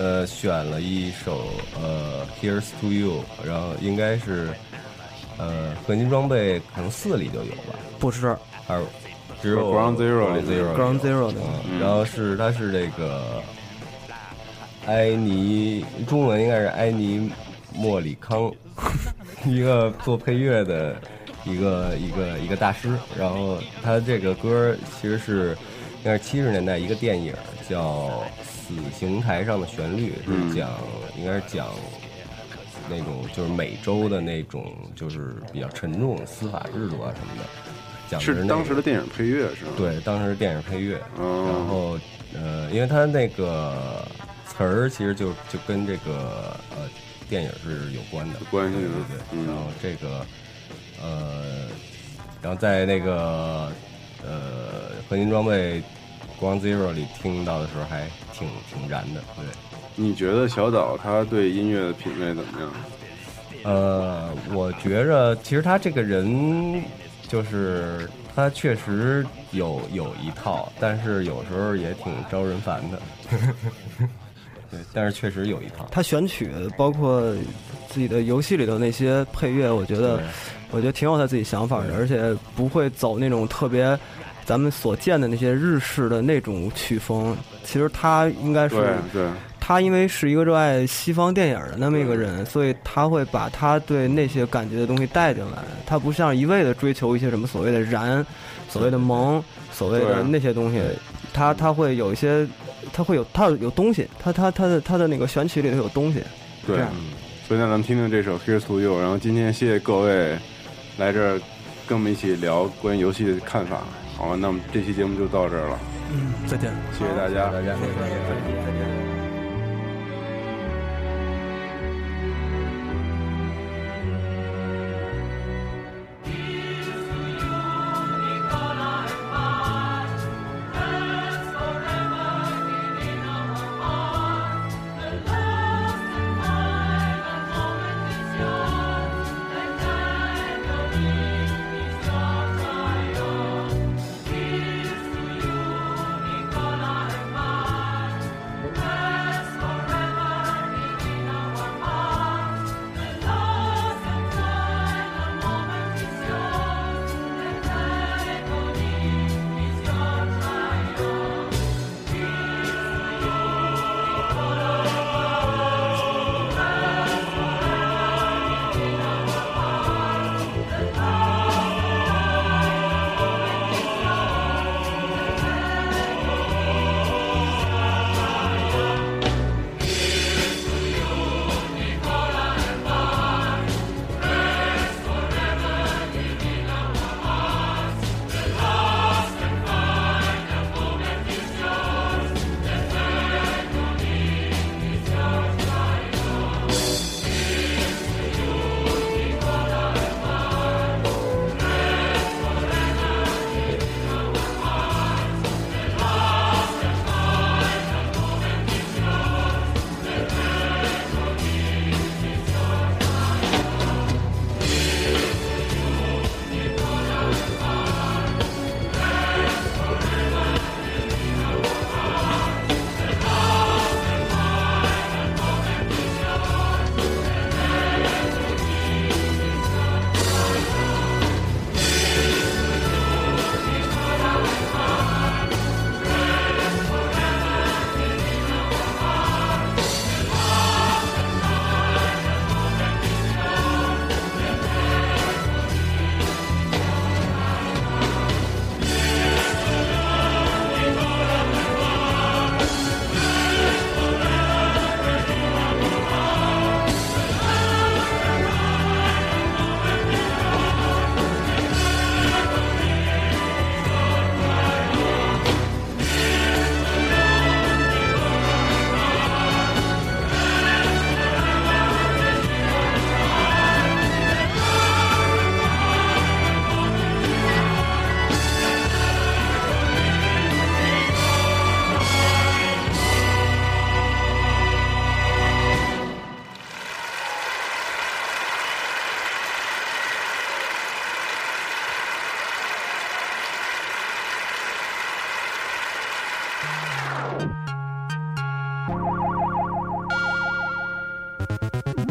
Speaker 8: 呃选了一首呃《Here's to You》，然后应该是呃合金装备可能四里就有吧，
Speaker 7: 不是，
Speaker 8: 还有只有
Speaker 4: Ground Zero 里
Speaker 8: Zero
Speaker 7: Ground Zero 的
Speaker 8: 嗯然后是它是这个哎埃尼，中文应该是埃尼莫里康， 一个做配乐的一个一个一个大师，然后他这个歌其实是应该是七十年代一个电影叫《死刑台上的旋律》，
Speaker 4: 嗯
Speaker 8: 是讲应该是讲那种就是美洲的那种就是比较沉重的司法制度啊什么的，讲的
Speaker 4: 是
Speaker 8: 那
Speaker 4: 当
Speaker 8: 个
Speaker 4: 时的电影配乐是吗？
Speaker 8: 对，当时电影配乐，然后呃，因为它那个词儿其实就就跟这个呃电影是有关的，嗯关系对对对。然后这个呃，然后在那个呃合金装备光 Zero 里听到的时候还挺挺燃的，对。
Speaker 4: 你觉得小岛他对音乐的品味怎么样？
Speaker 8: 呃，我觉着其实他这个人就是他确实有有一套，但是有时候也挺招人烦的。对，但是确实有一套。
Speaker 7: 他选曲包括自己的游戏里头那些配乐，我觉得
Speaker 8: 对
Speaker 7: 我觉得挺有他自己想法的，而且不会走那种特别咱们所见的那些日式的那种曲风。其实他应该是
Speaker 4: 对对，
Speaker 7: 他因为是一个热爱西方电影的那么一个人，所以他会把他对那些感觉的东西带进来。他不像一味的追求一些什么所谓的燃、所谓的萌、所谓的
Speaker 4: 对
Speaker 7: 那些东西，他他会有一些，他会有他有东西，他他他的他的那个选曲里头有东西。
Speaker 4: 对
Speaker 7: 这样，
Speaker 4: 所以那咱们听听这首《Here's to You》，然后今天谢谢各位来这儿跟我们一起聊关于游戏的看法。好了，那么这期节目就到这儿了，
Speaker 7: 嗯，再见。
Speaker 4: 谢谢大家，大
Speaker 8: 家
Speaker 4: 再见。
Speaker 3: Bye.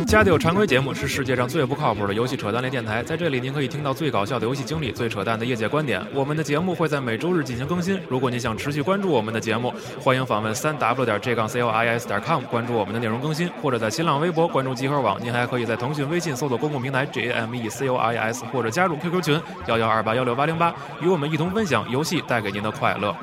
Speaker 14: 家底有常规节目是世界上最不靠谱的游戏扯淡类电台，在这里您可以听到最搞笑的游戏经历、最扯淡的业界观点。我们的节目会在每周日进行更新。如果您想持续关注我们的节目，欢迎访问三 w 点 j 杠 c o i s 点 com 关注我们的内容更新，或者在新浪微博关注集合网。您还可以在腾讯微信搜索公共平台 j m e c o i s，或者加入 QQ 群幺幺二八幺六八零八，与我们一同分享游戏带给您的快乐。